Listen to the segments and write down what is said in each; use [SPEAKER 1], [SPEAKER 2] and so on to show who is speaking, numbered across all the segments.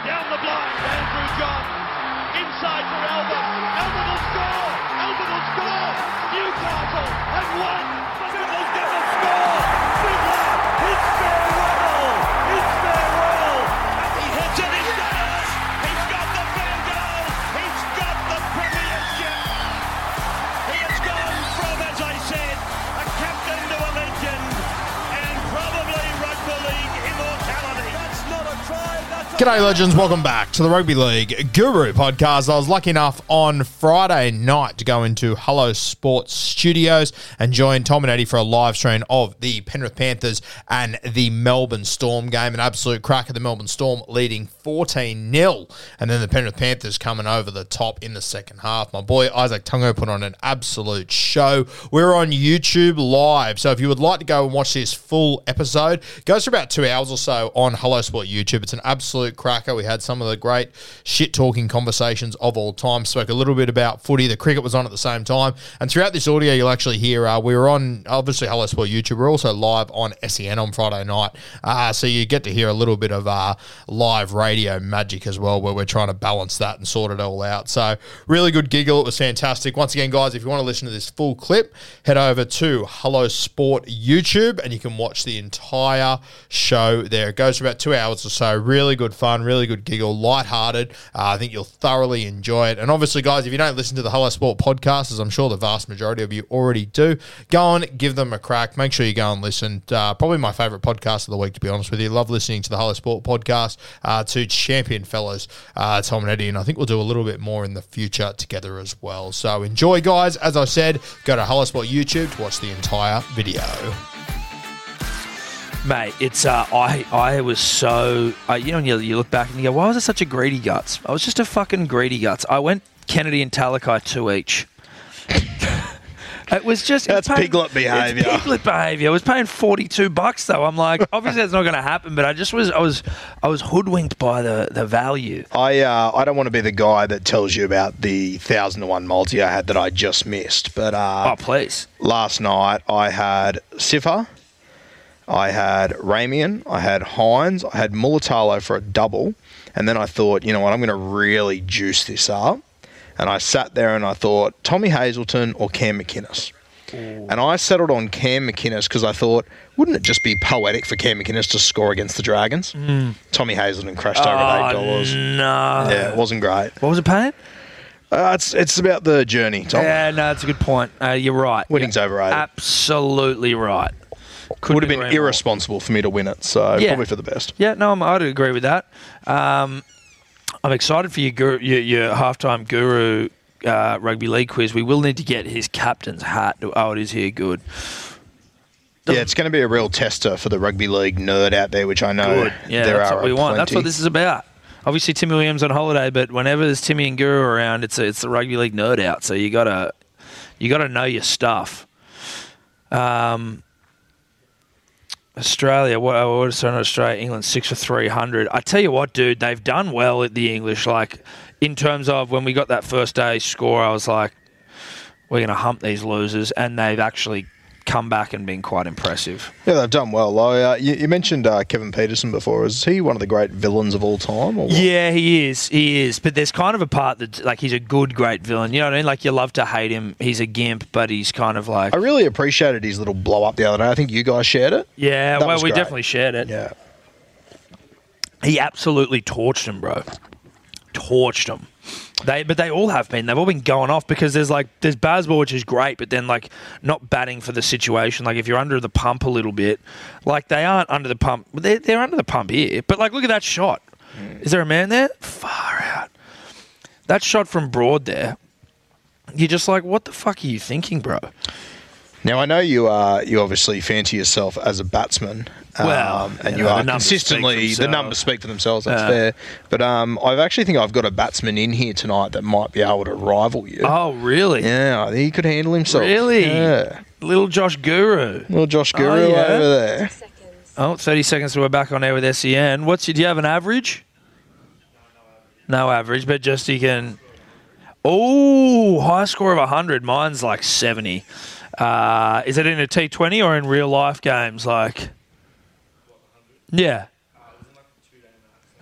[SPEAKER 1] Down the block, Andrew John. Inside for Elba. Elba will score. Elba will score. Newcastle have won. Simmons doesn't score. Simmons, it's farewell. It's farewell. And he hits it. It's done. He's got the fan goal. He's got the premiership. He has gone from, as I said, a captain to a legend. And probably rugby league immortality. That's not a try. That's
[SPEAKER 2] G'day, legends. Welcome back to the Rugby League Guru podcast. I was lucky enough on Friday night to go into Hello Sports Studios and join Tom and Eddie for a live stream of the Penrith Panthers and the Melbourne Storm game. An absolute crack of the Melbourne Storm leading 14 0. And then the Penrith Panthers coming over the top in the second half. My boy Isaac Tungo put on an absolute show. We're on YouTube live. So if you would like to go and watch this full episode, it goes for about two hours or so on Hello Sport YouTube. It's an absolute cracker. We had some of the great shit talking conversations of all time. Spoke a little bit about footy. The cricket was on at the same time. And throughout this audio, you'll actually hear uh, we were on obviously Hello Sport YouTube. We're also live on SEN on Friday night. Uh, so you get to hear a little bit of uh, live radio magic as well, where we're trying to balance that and sort it all out. So really good giggle. It was fantastic. Once again, guys, if you want to listen to this full clip, head over to Hello Sport YouTube and you can watch the entire show there. It goes for about two hours or so. Really good fun, really good giggle, lighthearted. Uh, I think you'll thoroughly enjoy it. And obviously, guys, if you don't listen to the Hello Sport podcast, as I'm sure the vast majority of you already do, go and give them a crack. Make sure you go and listen. Uh, probably my favorite podcast of the week, to be honest with you. Love listening to the Hello Sport podcast uh, to champion fellows, uh, Tom and Eddie. And I think we'll do a little bit more in the future together as well. So enjoy, guys. As I said, go to Hello Sport YouTube to watch the entire video.
[SPEAKER 3] Mate, it's uh, I I was so uh, you know when you, you look back and you go, why was I such a greedy guts? I was just a fucking greedy guts. I went Kennedy and Talakai two each. it was just
[SPEAKER 4] That's
[SPEAKER 3] it was
[SPEAKER 4] piglet behaviour.
[SPEAKER 3] It's piglet behaviour. I was paying forty two bucks though. I'm like, obviously that's not going to happen. But I just was I was I was hoodwinked by the the value.
[SPEAKER 4] I uh, I don't want to be the guy that tells you about the thousand to one multi I had that I just missed, but uh,
[SPEAKER 3] Oh please,
[SPEAKER 4] last night I had Sifa, I had Ramian, I had Hines, I had Mulatalo for a double, and then I thought, you know what, I'm going to really juice this up, and I sat there and I thought Tommy Hazelton or Cam McInnes. And I settled on Cam McInnes because I thought, wouldn't it just be poetic for Cam McInnes to score against the Dragons? Tommy Hazelton crashed over
[SPEAKER 3] Ah,
[SPEAKER 4] at $8.
[SPEAKER 3] no.
[SPEAKER 4] Yeah, it wasn't great.
[SPEAKER 3] What was it paying?
[SPEAKER 4] Uh, it's it's about the journey, Tom.
[SPEAKER 3] Yeah, Uh, no, that's a good point. Uh, you're right.
[SPEAKER 4] Winning's overrated.
[SPEAKER 3] Absolutely right. Couldn't
[SPEAKER 4] Would have been
[SPEAKER 3] agree more.
[SPEAKER 4] irresponsible for me to win it, so
[SPEAKER 3] Yeah.
[SPEAKER 4] probably for the best.
[SPEAKER 3] Yeah, no, I'm, I'd agree with that. Um, I'm excited for your guru, your, your halftime guru uh, rugby league quiz. We will need to get his captain's hat. Oh, it is here. Good.
[SPEAKER 4] Yeah, it's going to be a real tester for the rugby league nerd out there, which I know
[SPEAKER 3] Good. Yeah,
[SPEAKER 4] there
[SPEAKER 3] that's
[SPEAKER 4] are
[SPEAKER 3] what we want. That's what
[SPEAKER 4] plenty.
[SPEAKER 3] this is about. Obviously, Timmy Williams on holiday, but whenever there's Timmy and Guru around, it's a, it's the rugby league nerd out. So you gotta you gotta know your stuff. Um, Australia, what I would say on Australia, England six for three hundred. I tell you what, dude, they've done well at the English. Like in terms of when we got that first day score, I was like, we're gonna hump these losers, and they've actually come back and been quite impressive.
[SPEAKER 4] Yeah, they've done well. I, uh, you, you mentioned uh, Kevin Peterson before. Is he one of the great villains of all time? Or what?
[SPEAKER 3] Yeah, he is. He is. But there's kind of a part that, like, he's a good, great villain. You know what I mean? Like, you love to hate him. He's a gimp, but he's kind of like.
[SPEAKER 4] I really appreciated his little blow up the other day. I think you guys shared it.
[SPEAKER 3] yeah,
[SPEAKER 4] That
[SPEAKER 3] well,
[SPEAKER 4] was
[SPEAKER 3] we
[SPEAKER 4] great.
[SPEAKER 3] definitely shared it.
[SPEAKER 4] Yeah.
[SPEAKER 3] He absolutely torched him, bro. Torched him. They, but they all have been. They've all been going off because there's like there's baseball, which is great, but then like not batting for the situation. Like if you're under the pump a little bit, like they aren't under the pump. They're, they're under the pump here. But like look at that shot. Is there a man there? Far out. That shot from Broad there. You're just like, what the fuck are you thinking, bro?
[SPEAKER 4] Now I know you are. You obviously fancy yourself as a batsman.
[SPEAKER 3] Well,
[SPEAKER 4] um, and
[SPEAKER 3] you
[SPEAKER 4] you,
[SPEAKER 3] know, the
[SPEAKER 4] are
[SPEAKER 3] numbers speak for
[SPEAKER 4] consistently. The
[SPEAKER 3] themselves. Uh,
[SPEAKER 4] numbers speak for themselves. That's
[SPEAKER 3] Yeah.
[SPEAKER 4] fair. But um, I actually think I've got a batsman in here tonight that might be able to rival you.
[SPEAKER 3] Oh, really?
[SPEAKER 4] Yeah, I think he could handle himself.
[SPEAKER 3] Really?
[SPEAKER 4] Yeah.
[SPEAKER 3] Little Josh Guru.
[SPEAKER 4] Little Josh
[SPEAKER 3] Oh,
[SPEAKER 4] Guru
[SPEAKER 3] yeah.
[SPEAKER 4] over there.
[SPEAKER 3] Oh, 30 seconds till we're back on air with SEN. What's your, do you have an average? No average, but just you can. Oh, high score of 100. Mine's like 70. Uh, is it in a T20 or in real life games? Like, yeah.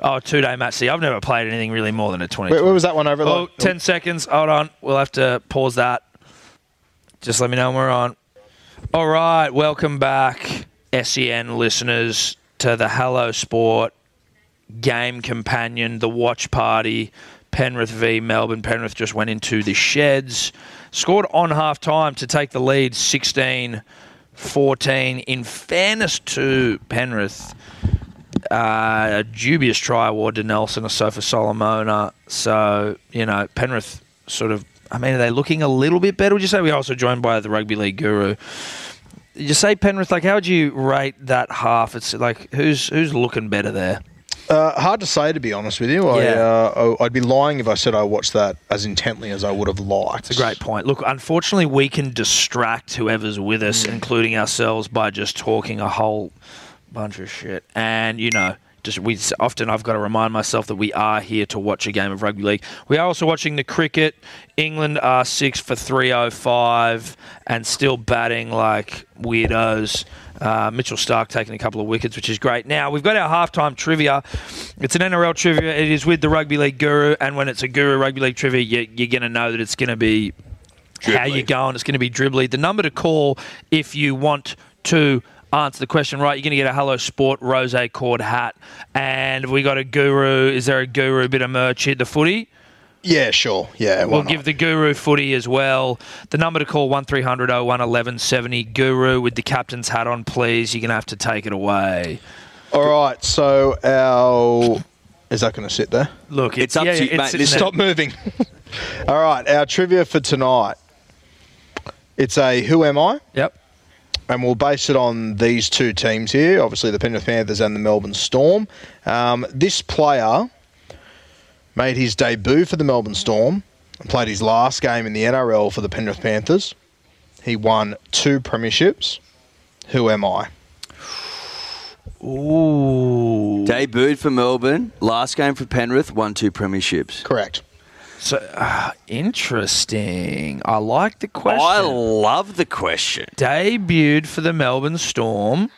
[SPEAKER 3] Oh, two day match. See, I've never played anything really more than a 20.
[SPEAKER 4] Where, where was that one over?
[SPEAKER 3] Oh,
[SPEAKER 4] like-
[SPEAKER 3] 10 seconds. Hold on. We'll have to pause that. Just let me know when we're on. All right. Welcome back, SEN listeners, to the Hello Sport game companion, the watch party. Penrith v Melbourne. Penrith just went into the sheds, scored on half time to take the lead 16 14. In fairness to Penrith, uh, a dubious try award to Nelson or so for Solomona. So, you know, Penrith sort of, I mean, are they looking a little bit better? Would you say we're also joined by the rugby league guru? You say Penrith, like, how would you rate that half? It's like, who's who's looking better there?
[SPEAKER 4] Uh, hard to say, to be honest with you. I,
[SPEAKER 3] Yeah.
[SPEAKER 4] uh, I- I'd be lying if I said I watched that as intently as I would have liked.
[SPEAKER 3] It's a great point. Look, unfortunately, we can distract whoever's with us, including ourselves, by just talking a whole bunch of shit. And you know, just we often I've got to remind myself that we are here to watch a game of rugby league. We are also watching the cricket. England are six for three oh five and still batting like weirdos. Uh, Mitchell Stark taking a couple of wickets, which is great. Now, we've got our halftime trivia. It's an NRL trivia. It is with the Rugby League guru. And when it's a guru rugby league trivia, you, you're going to know that it's going to be how you going. It's going to be dribbly. The number to call if you want to answer the question right, you're going to get a Hello Sport Rose Cord hat. And have we got a guru? Is there a guru bit of merch here? The footy?
[SPEAKER 4] Yeah, sure. Yeah, why
[SPEAKER 3] We'll
[SPEAKER 4] not?
[SPEAKER 3] give the Guru footy as well. The number to call 1300 01 1170. Guru with the captain's hat on, please. You're going to have to take it away.
[SPEAKER 4] All right, so our is that going to sit there?
[SPEAKER 3] Look,
[SPEAKER 5] It's up to you, mate.
[SPEAKER 3] sitting
[SPEAKER 5] Listen,
[SPEAKER 3] there.
[SPEAKER 4] Stop moving. All right, our trivia for tonight. It's a who am I,
[SPEAKER 3] Yep.
[SPEAKER 4] and we'll base it on these two teams here. Obviously, the Penrith Panthers and the Melbourne Storm. Um, this player made his debut for the Melbourne Storm and played his last game in the NRL for the Penrith Panthers. He won two premierships. Who am I?
[SPEAKER 3] Ooh.
[SPEAKER 5] Debuted for Melbourne. Last game for Penrith. Won two premierships.
[SPEAKER 4] Correct.
[SPEAKER 3] So, ah, interesting. I like the question.
[SPEAKER 5] I love the question.
[SPEAKER 3] debuted for the Melbourne Storm.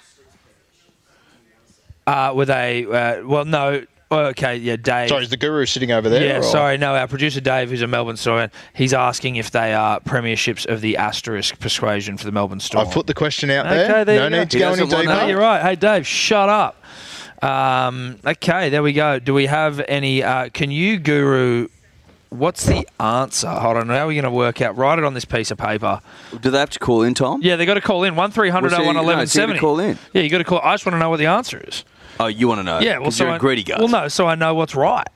[SPEAKER 3] Uh, were they? Uh, well, no. Oh, Okay, yeah, Dave.
[SPEAKER 4] Sorry, is the guru sitting over there?
[SPEAKER 3] yeah,
[SPEAKER 4] or-
[SPEAKER 3] sorry. No, our producer Dave, who's a Melbourne Storm, fan, he's asking if they are premierships of the asterisk persuasion for the Melbourne Storm.
[SPEAKER 4] I've put the question out
[SPEAKER 3] Okay,
[SPEAKER 4] there.
[SPEAKER 3] there
[SPEAKER 4] no
[SPEAKER 3] you go.
[SPEAKER 4] need to
[SPEAKER 5] He
[SPEAKER 4] go any
[SPEAKER 5] doesn't want
[SPEAKER 4] deeper.
[SPEAKER 5] that.
[SPEAKER 3] no, you're right. Hey, Dave, shut up. Um, okay, there we go. Do we have any? Uh, can you, Guru? What's the answer? Hold on. How are we going to work out? Write it on this piece of paper.
[SPEAKER 5] Do they have to call in, Tom?
[SPEAKER 3] Yeah, they got to call in one 300
[SPEAKER 5] Well, so you-
[SPEAKER 3] 01
[SPEAKER 5] no, so you gotta
[SPEAKER 3] 1170.
[SPEAKER 5] call in.
[SPEAKER 3] Yeah, you got to call. I just want to know what the answer is.
[SPEAKER 5] Oh, you want to know?
[SPEAKER 3] Yeah, well,
[SPEAKER 5] 'Cause
[SPEAKER 3] so
[SPEAKER 5] you're
[SPEAKER 3] I-
[SPEAKER 5] a greedy guy.
[SPEAKER 3] Well, no, so I know what's right.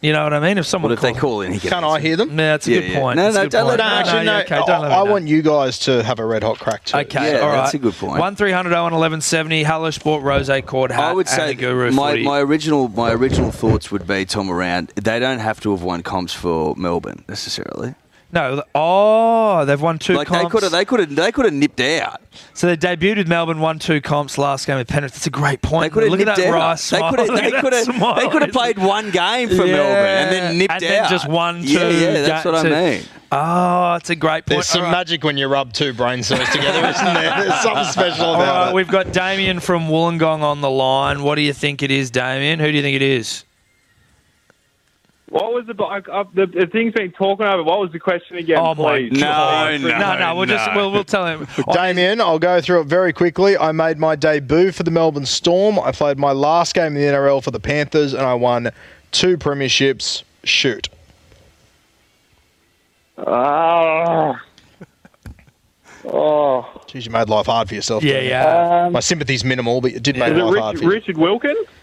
[SPEAKER 3] You know what I mean? If someone
[SPEAKER 5] What if they
[SPEAKER 3] calls-
[SPEAKER 5] call in? He gets
[SPEAKER 4] Can't
[SPEAKER 5] it.
[SPEAKER 4] I hear them?
[SPEAKER 3] No, that's a
[SPEAKER 5] Yeah,
[SPEAKER 3] good
[SPEAKER 5] yeah.
[SPEAKER 3] point.
[SPEAKER 5] No,
[SPEAKER 3] That's a
[SPEAKER 5] no,
[SPEAKER 3] good
[SPEAKER 5] don't
[SPEAKER 3] point.
[SPEAKER 5] let
[SPEAKER 4] No,
[SPEAKER 5] them-
[SPEAKER 4] actually, no.
[SPEAKER 3] yeah, okay, don't
[SPEAKER 4] I,
[SPEAKER 3] let
[SPEAKER 4] I
[SPEAKER 3] them know.
[SPEAKER 4] want you guys to have a red hot crack to it.
[SPEAKER 3] Okay,
[SPEAKER 5] Yeah,
[SPEAKER 3] all right.
[SPEAKER 5] that's a good point.
[SPEAKER 3] One 300 01 1170. Hello Sport Rose Cord hat.
[SPEAKER 5] I
[SPEAKER 3] and
[SPEAKER 5] would say
[SPEAKER 3] the Guru
[SPEAKER 5] my,
[SPEAKER 3] footy.
[SPEAKER 5] my original my original thoughts would be Tom around. They don't have to have won comps for Melbourne necessarily.
[SPEAKER 3] No, oh, they've won two
[SPEAKER 5] like they
[SPEAKER 3] comps.
[SPEAKER 5] could have they could have they could have nipped out.
[SPEAKER 3] so they debuted with Melbourne, won two comps last game with Penrith. That's a great point.
[SPEAKER 5] They could have
[SPEAKER 3] Look at
[SPEAKER 5] nipped
[SPEAKER 3] that
[SPEAKER 5] out.
[SPEAKER 3] Rice
[SPEAKER 5] they
[SPEAKER 3] smile.
[SPEAKER 5] could have
[SPEAKER 3] Look
[SPEAKER 5] they
[SPEAKER 3] at that
[SPEAKER 5] could have
[SPEAKER 3] smile.
[SPEAKER 5] they could have played one game for
[SPEAKER 3] Yeah.
[SPEAKER 5] Melbourne and then nipped
[SPEAKER 3] And
[SPEAKER 5] out
[SPEAKER 3] then just one, two.
[SPEAKER 5] Yeah, yeah, that's
[SPEAKER 3] ga-
[SPEAKER 5] what I
[SPEAKER 3] two.
[SPEAKER 5] mean.
[SPEAKER 3] Oh, it's a great point.
[SPEAKER 4] There's some
[SPEAKER 3] All right.
[SPEAKER 4] magic when you rub two brain cells together, isn't there? There's something special
[SPEAKER 3] All
[SPEAKER 4] about
[SPEAKER 3] right,
[SPEAKER 4] it.
[SPEAKER 3] we've got Damien from Wollongong on the line. What do you think it is, Damien? Who do you think it is?
[SPEAKER 6] What was the, uh, the the thing's been talking over? What was the question again?
[SPEAKER 3] Oh, my
[SPEAKER 6] please?
[SPEAKER 5] God.
[SPEAKER 6] Please.
[SPEAKER 5] No,
[SPEAKER 3] No, no, we'll just
[SPEAKER 5] no.
[SPEAKER 3] we'll, we'll tell him.
[SPEAKER 4] Damien, I'll go through it very quickly. I made my debut for the Melbourne Storm. I played my last game in the NRL for the Panthers and I won two premierships. Shoot.
[SPEAKER 6] Ah. Oh,
[SPEAKER 4] Jeez, you made life hard for yourself.
[SPEAKER 3] Yeah,
[SPEAKER 4] didn't you?
[SPEAKER 3] yeah.
[SPEAKER 6] um,
[SPEAKER 4] My sympathy's minimal, but you did make
[SPEAKER 6] is it
[SPEAKER 4] life hard
[SPEAKER 6] Richard,
[SPEAKER 4] for you.
[SPEAKER 6] Richard Wilkin?
[SPEAKER 3] Richard-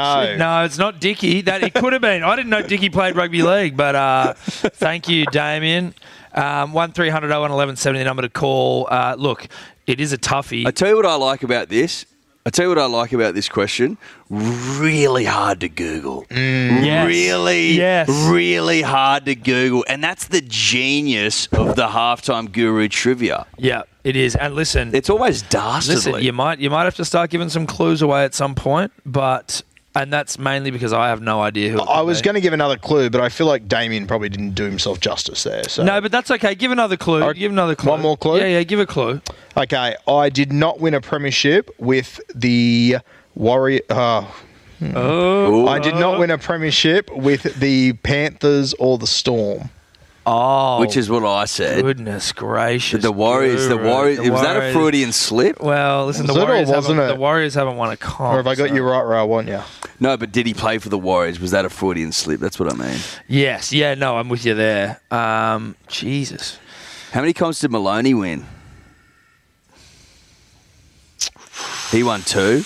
[SPEAKER 3] Oh, no, it's not Dicky. That it could have been. I didn't know Dicky played rugby league, but uh, thank you, Damien. Um, one 1170 the number to call. Uh, look, it is a toughie.
[SPEAKER 5] I tell you what I like about this. I tell you what I like about this question. Really hard to Google.
[SPEAKER 3] Mm. Yes.
[SPEAKER 5] Really,
[SPEAKER 3] Yes.
[SPEAKER 5] really hard to Google. And that's the genius of the halftime guru trivia.
[SPEAKER 3] yeah, it is. And listen,
[SPEAKER 5] It's always dastardly.
[SPEAKER 3] Listen, you might you might have to start giving some clues away at some point, but and that's mainly because I have no idea who. it
[SPEAKER 4] I
[SPEAKER 3] could
[SPEAKER 4] was
[SPEAKER 3] be.
[SPEAKER 4] going to give another clue, but I feel like Damien probably didn't do himself justice there. So
[SPEAKER 3] No, but that's okay. Give another clue.
[SPEAKER 4] Alright,
[SPEAKER 3] Give another clue.
[SPEAKER 4] one more clue?
[SPEAKER 3] Yeah, yeah. Give a clue.
[SPEAKER 4] Okay, I did not win a premiership with the Warrior. Uh,
[SPEAKER 5] Hmm.
[SPEAKER 3] Oh,
[SPEAKER 4] I did not win a premiership with the Panthers or the Storm.
[SPEAKER 3] oh,
[SPEAKER 5] which is what I said.
[SPEAKER 3] goodness gracious.
[SPEAKER 5] The Warriors, the
[SPEAKER 3] Guru.
[SPEAKER 5] Warriors.
[SPEAKER 3] The
[SPEAKER 5] Was that a
[SPEAKER 3] Warriors.
[SPEAKER 5] Freudian slip?
[SPEAKER 3] Well, listen, the
[SPEAKER 4] Was it or
[SPEAKER 3] Warriors
[SPEAKER 4] wasn't
[SPEAKER 3] haven't.
[SPEAKER 4] it?
[SPEAKER 3] The Warriors haven't won a comp.
[SPEAKER 4] Or have I got
[SPEAKER 3] so-
[SPEAKER 4] you right where I want you?
[SPEAKER 5] No, but did he play for the Warriors? Was that a Freudian slip? That's what I mean.
[SPEAKER 3] Yes. Yeah. No, I'm with you there. Um, Jesus.
[SPEAKER 5] How many comps did Maloney win? He won two.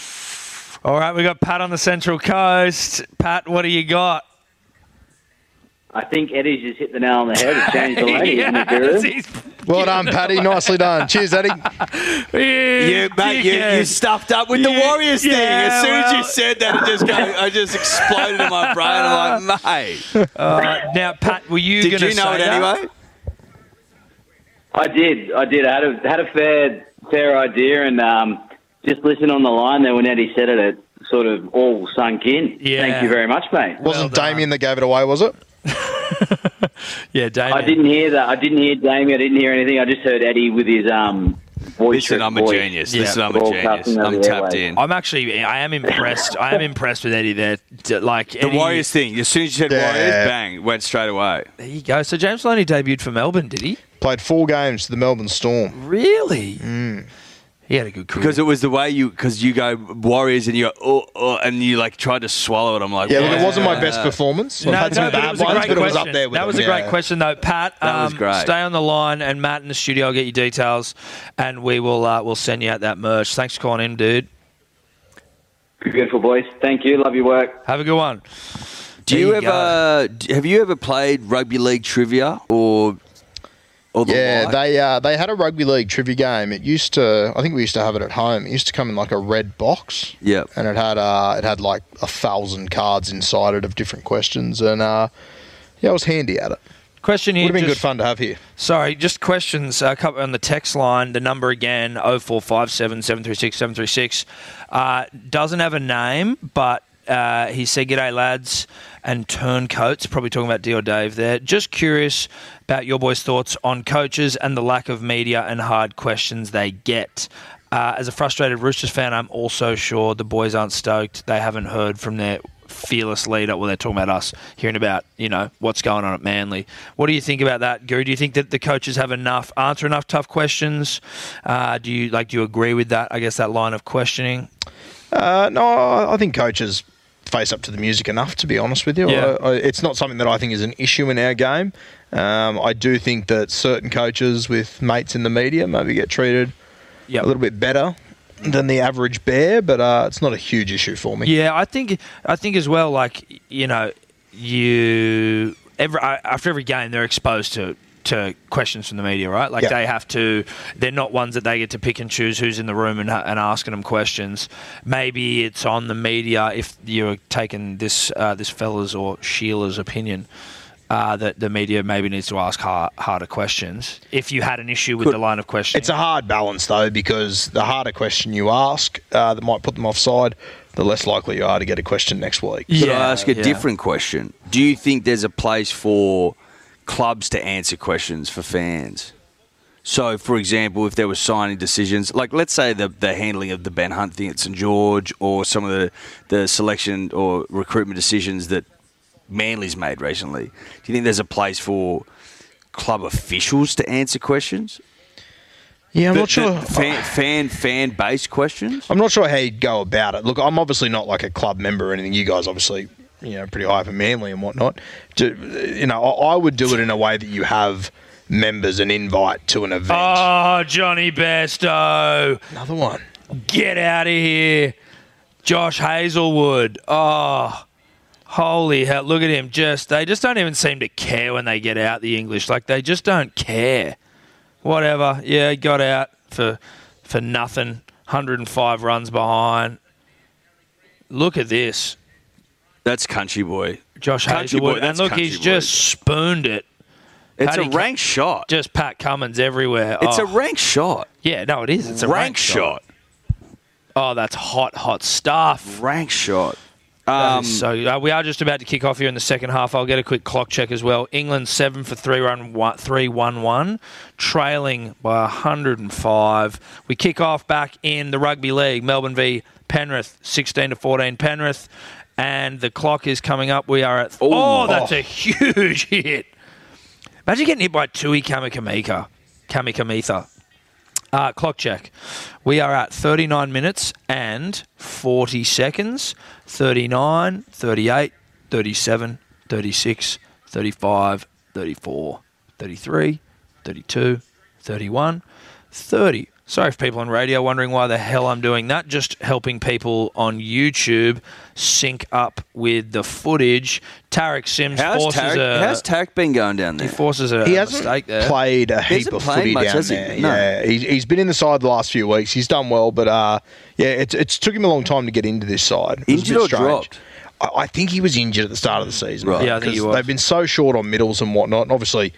[SPEAKER 3] All right, we got Pat on the Central Coast. Pat, what do you got?
[SPEAKER 7] I think Eddie's just hit the nail on the head. It's changed the lane, isn't it, Guru?
[SPEAKER 3] He's-
[SPEAKER 4] Well done, Paddy. Nicely done. Cheers, Eddie.
[SPEAKER 5] You, mate, you, you
[SPEAKER 3] dickhead.
[SPEAKER 5] stuffed up with the
[SPEAKER 3] You-
[SPEAKER 5] Warriors thing.
[SPEAKER 3] yeah,
[SPEAKER 5] As soon as you
[SPEAKER 3] well-
[SPEAKER 5] said that, it just go, I just exploded in my brain. I'm like, mate,
[SPEAKER 3] Uh, now, Pat, were you going
[SPEAKER 5] did
[SPEAKER 3] to
[SPEAKER 5] you know
[SPEAKER 3] say
[SPEAKER 5] it
[SPEAKER 3] that?
[SPEAKER 5] anyway?
[SPEAKER 7] I did. I did. I had a, had a fair fair idea, and um, just listen on the line there when Eddie said it, it sort of all sunk in.
[SPEAKER 3] Yeah.
[SPEAKER 7] Thank you very much, mate.
[SPEAKER 4] Wasn't Damien that gave it away, was it?
[SPEAKER 3] Yeah, Damien.
[SPEAKER 7] I didn't hear that. I didn't hear Damien. I didn't hear anything. I just heard Eddie with his um voice.
[SPEAKER 5] Listen, I'm a
[SPEAKER 7] voice.
[SPEAKER 5] genius.
[SPEAKER 3] Yeah.
[SPEAKER 5] Listen, I'm a genius.
[SPEAKER 7] Broadcasting over
[SPEAKER 5] I'm
[SPEAKER 7] the
[SPEAKER 5] tapped
[SPEAKER 7] airwaves.
[SPEAKER 5] in.
[SPEAKER 3] I'm actually, I am impressed. I am impressed with Eddie there. D- Like
[SPEAKER 5] The Warriors thing. As soon as you said
[SPEAKER 4] Yeah.
[SPEAKER 5] Warriors, bang, went straight away.
[SPEAKER 3] There you go. So James Maloney debuted for Melbourne, did he?
[SPEAKER 4] Played four games to the Melbourne Storm.
[SPEAKER 3] Really? He had a good career.
[SPEAKER 5] Because it was the way you, because you go Warriors and you go, oh, oh, and you like tried to swallow it. I'm like,
[SPEAKER 4] Yeah, look,
[SPEAKER 5] "What
[SPEAKER 4] it
[SPEAKER 5] is
[SPEAKER 4] wasn't
[SPEAKER 5] going
[SPEAKER 4] my best
[SPEAKER 5] on?"
[SPEAKER 4] performance.
[SPEAKER 3] no,
[SPEAKER 4] I've had some
[SPEAKER 3] no, but
[SPEAKER 4] bad
[SPEAKER 3] it was a
[SPEAKER 4] ones,
[SPEAKER 3] great
[SPEAKER 4] but it was
[SPEAKER 3] question.
[SPEAKER 4] up there with
[SPEAKER 3] that was
[SPEAKER 4] them,
[SPEAKER 3] a great
[SPEAKER 4] yeah.
[SPEAKER 3] question, though. Pat,
[SPEAKER 5] That was
[SPEAKER 3] um,
[SPEAKER 5] great.
[SPEAKER 3] stay on the line, and Matt in the studio will get your details, and we will uh, we'll send you out that merch. Thanks for calling in, dude.
[SPEAKER 7] Beautiful voice. Thank you. Love your work.
[SPEAKER 3] Have a good one.
[SPEAKER 5] Do
[SPEAKER 3] There
[SPEAKER 5] you
[SPEAKER 3] you go.
[SPEAKER 5] ever d have you ever played rugby league trivia or or the
[SPEAKER 4] Yeah,
[SPEAKER 5] like?
[SPEAKER 4] they uh, they had a rugby league trivia game. It used to, I think we used to have it at home. It used to come in like a red box.
[SPEAKER 5] Yeah.
[SPEAKER 4] and it had uh, it had like a thousand cards inside it of different questions, and uh, yeah, I was handy at it.
[SPEAKER 3] Question here.
[SPEAKER 4] Would have been good
[SPEAKER 3] just-
[SPEAKER 4] fun to have here.
[SPEAKER 3] Sorry, just questions uh, couple on the text line. The number again, 0457 736 736. Uh, doesn't have a name, but uh, he said, G'day, lads and turncoats. Probably talking about D or Dave there. Just curious about your boys' thoughts on coaches and the lack of media and hard questions they get. Uh, as a frustrated Roosters fan, I'm also sure the boys aren't stoked. They haven't heard from their fearless leader. Well, they're talking about us hearing about you know what's going on at Manly. What do you think about that, Guru? Do you think that the coaches have enough answer enough tough questions? Uh, do you like? Do you agree with that? I guess that line of questioning.
[SPEAKER 4] Uh, no, I I think coaches face up to the music enough. To be honest with you,
[SPEAKER 3] Yeah.
[SPEAKER 4] I, I, it's not something that I think is an issue in our game. Um, I do think that certain coaches with mates in the media maybe get treated
[SPEAKER 3] Yeah,
[SPEAKER 4] a little bit better than the average bear, but uh, it's not a huge issue for me.
[SPEAKER 3] Yeah, I think I think as well. Like you know, you every I- after every game they're exposed to to questions from the media, right? Like
[SPEAKER 4] Yeah.
[SPEAKER 3] they have to. They're not ones that they get to pick and choose who's in the room and, and asking them questions. Maybe it's on the media if you're taking this uh, this fella's or Sheila's opinion. Uh, that the media maybe needs to ask har harder questions. If you had an issue with the line of questioning,
[SPEAKER 4] It's a hard balance though, because the harder question you ask uh, that might put them offside, the less likely you are to get a question next week.
[SPEAKER 5] Could
[SPEAKER 3] Yeah,
[SPEAKER 5] I ask a
[SPEAKER 3] yeah.
[SPEAKER 5] different question? Do you think there's a place for clubs to answer questions for fans. So, for example, if there were signing decisions, like let's say the, the handling of the Ben Hunt thing at St George, or some of the, the selection or recruitment decisions that Manly's made recently, do you think there's a place for club officials to answer questions?
[SPEAKER 4] Yeah, I'm
[SPEAKER 5] The-
[SPEAKER 4] not sure.
[SPEAKER 5] the Fan fan fan based questions.
[SPEAKER 4] I'm not sure how you'd go about it. Look, I'm obviously not like a club member or anything. You guys obviously, you know, pretty high up in Manly and whatnot. Do, you know, I, I would do it in a way that you have members an invite to an event.
[SPEAKER 5] Uh,
[SPEAKER 3] Oh, Johnny Besto,
[SPEAKER 4] Another one.
[SPEAKER 3] get out of here. Josh Hazelwood. Oh, holy hell. Look at him. Just They just don't even seem to care when they get out the English. Like, they just don't care. Whatever. Yeah, got out for, for nothing. 105 runs behind. Look at this.
[SPEAKER 5] That's country boy.
[SPEAKER 3] Josh
[SPEAKER 5] Country boy,
[SPEAKER 3] Hazelwood. and
[SPEAKER 5] that's
[SPEAKER 3] look,
[SPEAKER 5] country
[SPEAKER 3] he's
[SPEAKER 5] boy.
[SPEAKER 3] just spooned it.
[SPEAKER 5] It's
[SPEAKER 3] Paddy
[SPEAKER 5] a
[SPEAKER 3] Ca-
[SPEAKER 5] ranked shot.
[SPEAKER 3] Just Pat Cummins everywhere.
[SPEAKER 5] It's
[SPEAKER 3] Oh,
[SPEAKER 5] a ranked shot.
[SPEAKER 3] yeah, no, it is. It's a
[SPEAKER 5] ranked
[SPEAKER 3] rank
[SPEAKER 5] shot.
[SPEAKER 3] Oh, that's hot, hot stuff.
[SPEAKER 5] Ranked shot.
[SPEAKER 3] That
[SPEAKER 5] Um,
[SPEAKER 3] is so uh, we are just about to kick off here in the second half. I'll get a quick clock check as well. England seven for three run one, three one one, trailing by 105. We kick off back in the rugby league. Melbourne v Penrith, 16 to 14 Penrith, and the clock is coming up. We are at oh, that's a huge hit. Imagine getting hit by Tui Kamikamika, Kamikamitha. Uh, clock check. We are at 39 minutes and 40 seconds. 39, 38, 37, 36, 35, 34, 33, 32, 31, 30. Sorry if people on radio are wondering why the hell I'm doing that. Just helping people on YouTube sync up with the footage. Tarek Sims
[SPEAKER 5] how's
[SPEAKER 3] forces
[SPEAKER 5] Tarek,
[SPEAKER 3] a
[SPEAKER 5] how's Tarek been going down there?
[SPEAKER 3] he forces a
[SPEAKER 4] He
[SPEAKER 3] mistake
[SPEAKER 4] hasn't
[SPEAKER 3] there.
[SPEAKER 4] played a
[SPEAKER 5] He
[SPEAKER 4] heap
[SPEAKER 5] hasn't
[SPEAKER 4] of
[SPEAKER 5] played
[SPEAKER 4] footy
[SPEAKER 5] much,
[SPEAKER 4] down
[SPEAKER 5] has he?
[SPEAKER 4] there.
[SPEAKER 5] No.
[SPEAKER 4] Yeah, he's, he's been in the side the last few weeks. He's done well, but uh, yeah, it's it's took him a long time to get into this side. It was a
[SPEAKER 5] Injured
[SPEAKER 4] bit
[SPEAKER 5] or
[SPEAKER 4] strange.
[SPEAKER 5] dropped?
[SPEAKER 4] I, I think he was injured at the start of the season.
[SPEAKER 5] Right.
[SPEAKER 3] Yeah, I think he
[SPEAKER 4] 'cause
[SPEAKER 3] was.
[SPEAKER 4] They've been so short on middles and whatnot. And obviously,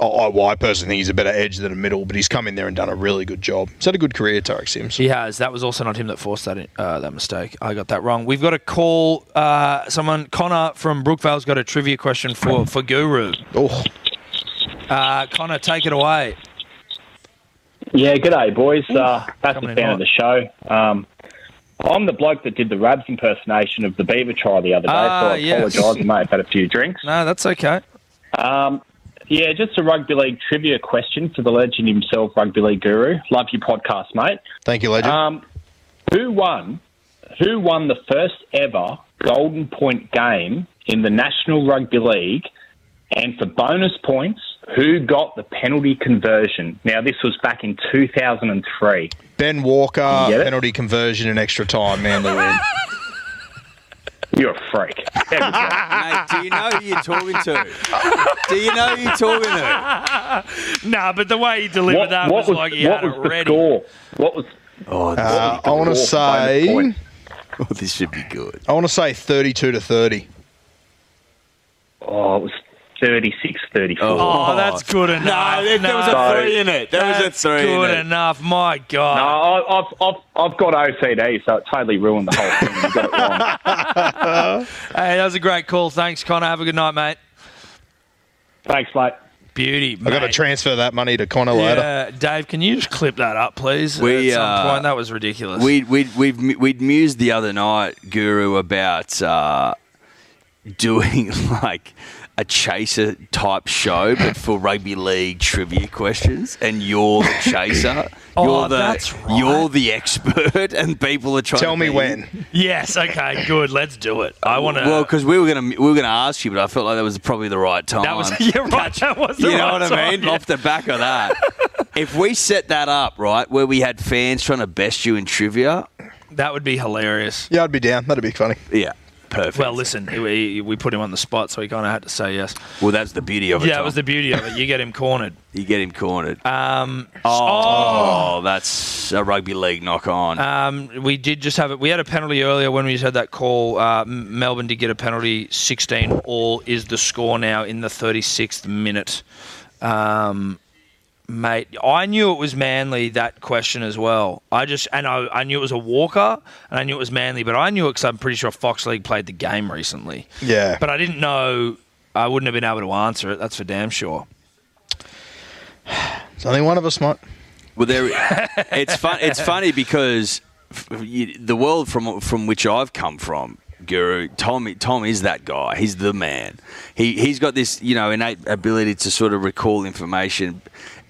[SPEAKER 4] I, I, well, I personally think he's a better edge than a middle, but he's come in there and done a really good job. He's had a good career, Tarek Sims.
[SPEAKER 3] He has. That was also not him that forced that uh, that mistake. I got that wrong. We've got a call. Uh, someone, Connor from Brookvale's got a trivia question for, for Guru.
[SPEAKER 4] Oh,
[SPEAKER 3] Uh, Connor, take it away.
[SPEAKER 8] Yeah, good day, boys. Uh, that's
[SPEAKER 3] Coming
[SPEAKER 8] the
[SPEAKER 3] in
[SPEAKER 8] fan of the show. Um, I'm the bloke that did the Rabs impersonation of the Beaver try the other day,
[SPEAKER 3] Ah,
[SPEAKER 8] so I
[SPEAKER 3] yes.
[SPEAKER 8] apologise. I may have had a few drinks.
[SPEAKER 3] No, that's okay.
[SPEAKER 8] Um, yeah, just a rugby league trivia question for the legend himself, rugby league guru. Love your podcast, mate.
[SPEAKER 4] thank you, legend.
[SPEAKER 8] Um, who won? Who won the first ever Golden Point game in the National Rugby League? And for bonus points, who got the penalty conversion? Now, this was back in 2003.
[SPEAKER 4] ben Walker,
[SPEAKER 8] get it?
[SPEAKER 4] penalty conversion and extra time, manly win.
[SPEAKER 8] You're a freak. There we go.
[SPEAKER 3] Ah,
[SPEAKER 5] Mate, do you know who you're talking to? do you know who you're talking to?
[SPEAKER 3] Nah, but the way he delivered that was,
[SPEAKER 8] was,
[SPEAKER 3] like he
[SPEAKER 8] what
[SPEAKER 3] had
[SPEAKER 8] was
[SPEAKER 3] it
[SPEAKER 8] the
[SPEAKER 3] ready.
[SPEAKER 8] score? What was
[SPEAKER 5] Oh,
[SPEAKER 4] Uh,
[SPEAKER 5] this,
[SPEAKER 4] I
[SPEAKER 8] Walker,
[SPEAKER 4] want to
[SPEAKER 8] bonus
[SPEAKER 4] say,
[SPEAKER 8] point.
[SPEAKER 5] oh, this should be good.
[SPEAKER 4] I want to say thirty-two to thirty.
[SPEAKER 8] oh, it was 36, 34.
[SPEAKER 3] Oh, that's good enough.
[SPEAKER 5] No, there, there was a
[SPEAKER 8] No.
[SPEAKER 5] three in it. There was a
[SPEAKER 3] that's
[SPEAKER 5] three
[SPEAKER 3] good
[SPEAKER 5] in it.
[SPEAKER 3] enough. My God.
[SPEAKER 8] No, I- I've, I've, I've got OCD, so it totally ruined the whole thing. You got it wrong.
[SPEAKER 3] Hey, that was a great call. Thanks, Connor. Have a good night, mate.
[SPEAKER 8] Thanks, mate.
[SPEAKER 3] Beauty.
[SPEAKER 4] I got to
[SPEAKER 3] mate.
[SPEAKER 4] transfer that money to Connor later.
[SPEAKER 3] Yeah, Dave, can you just clip that up, please?
[SPEAKER 5] We,
[SPEAKER 3] At some
[SPEAKER 5] uh,
[SPEAKER 3] point, that was ridiculous.
[SPEAKER 5] We'd, we'd, we'd, mu- we'd mused the other night, Guru, about uh, doing like a chaser type show, but for rugby league trivia questions. And you're the chaser.
[SPEAKER 3] Oh,
[SPEAKER 5] you're the,
[SPEAKER 3] that's right.
[SPEAKER 5] You're the expert, and people are trying
[SPEAKER 4] Tell
[SPEAKER 5] to
[SPEAKER 4] me
[SPEAKER 5] beat you.
[SPEAKER 4] when.
[SPEAKER 3] yes. Okay. Good. Let's do it. I want to.
[SPEAKER 5] Well, because we were gonna we were gonna ask you, but I felt like that was probably the right time.
[SPEAKER 3] That was you're right. That was the
[SPEAKER 5] you know
[SPEAKER 3] right
[SPEAKER 5] what I
[SPEAKER 3] time,
[SPEAKER 5] mean?
[SPEAKER 3] yeah.
[SPEAKER 5] Off the back of that, if we set that up right, where we had fans trying to best you in trivia,
[SPEAKER 3] That would be hilarious.
[SPEAKER 4] Yeah, I'd be down. That'd be funny.
[SPEAKER 5] yeah, perfect.
[SPEAKER 3] Well, listen, we, we put him on the spot, so he kind of had to say yes.
[SPEAKER 5] Well, that's the beauty of it.
[SPEAKER 3] Yeah, that
[SPEAKER 5] Tom.
[SPEAKER 3] was the beauty of it. You get him cornered.
[SPEAKER 5] you get him cornered.
[SPEAKER 3] Um,
[SPEAKER 5] oh, that's a rugby league knock on.
[SPEAKER 3] Um, we did just have it. We had a penalty earlier when we just had that call. Uh, M- Melbourne did get a penalty. 16 all is the score now in the 36th minute. Um, mate, I knew it was Manly that question as well. I just and I, I knew it was a Walker and I knew it was Manly, but I knew it because I'm pretty sure Fox League played the game recently.
[SPEAKER 4] Yeah.
[SPEAKER 3] But I didn't know I wouldn't have been able to answer it. That's for damn sure.
[SPEAKER 4] It's only one of us, mate.
[SPEAKER 5] Well, there. it's fun. It's funny because f- you, the world from from which I've come from, Guru Tom. Tom is that guy. He's the man. He he's got this you know innate ability to sort of recall information.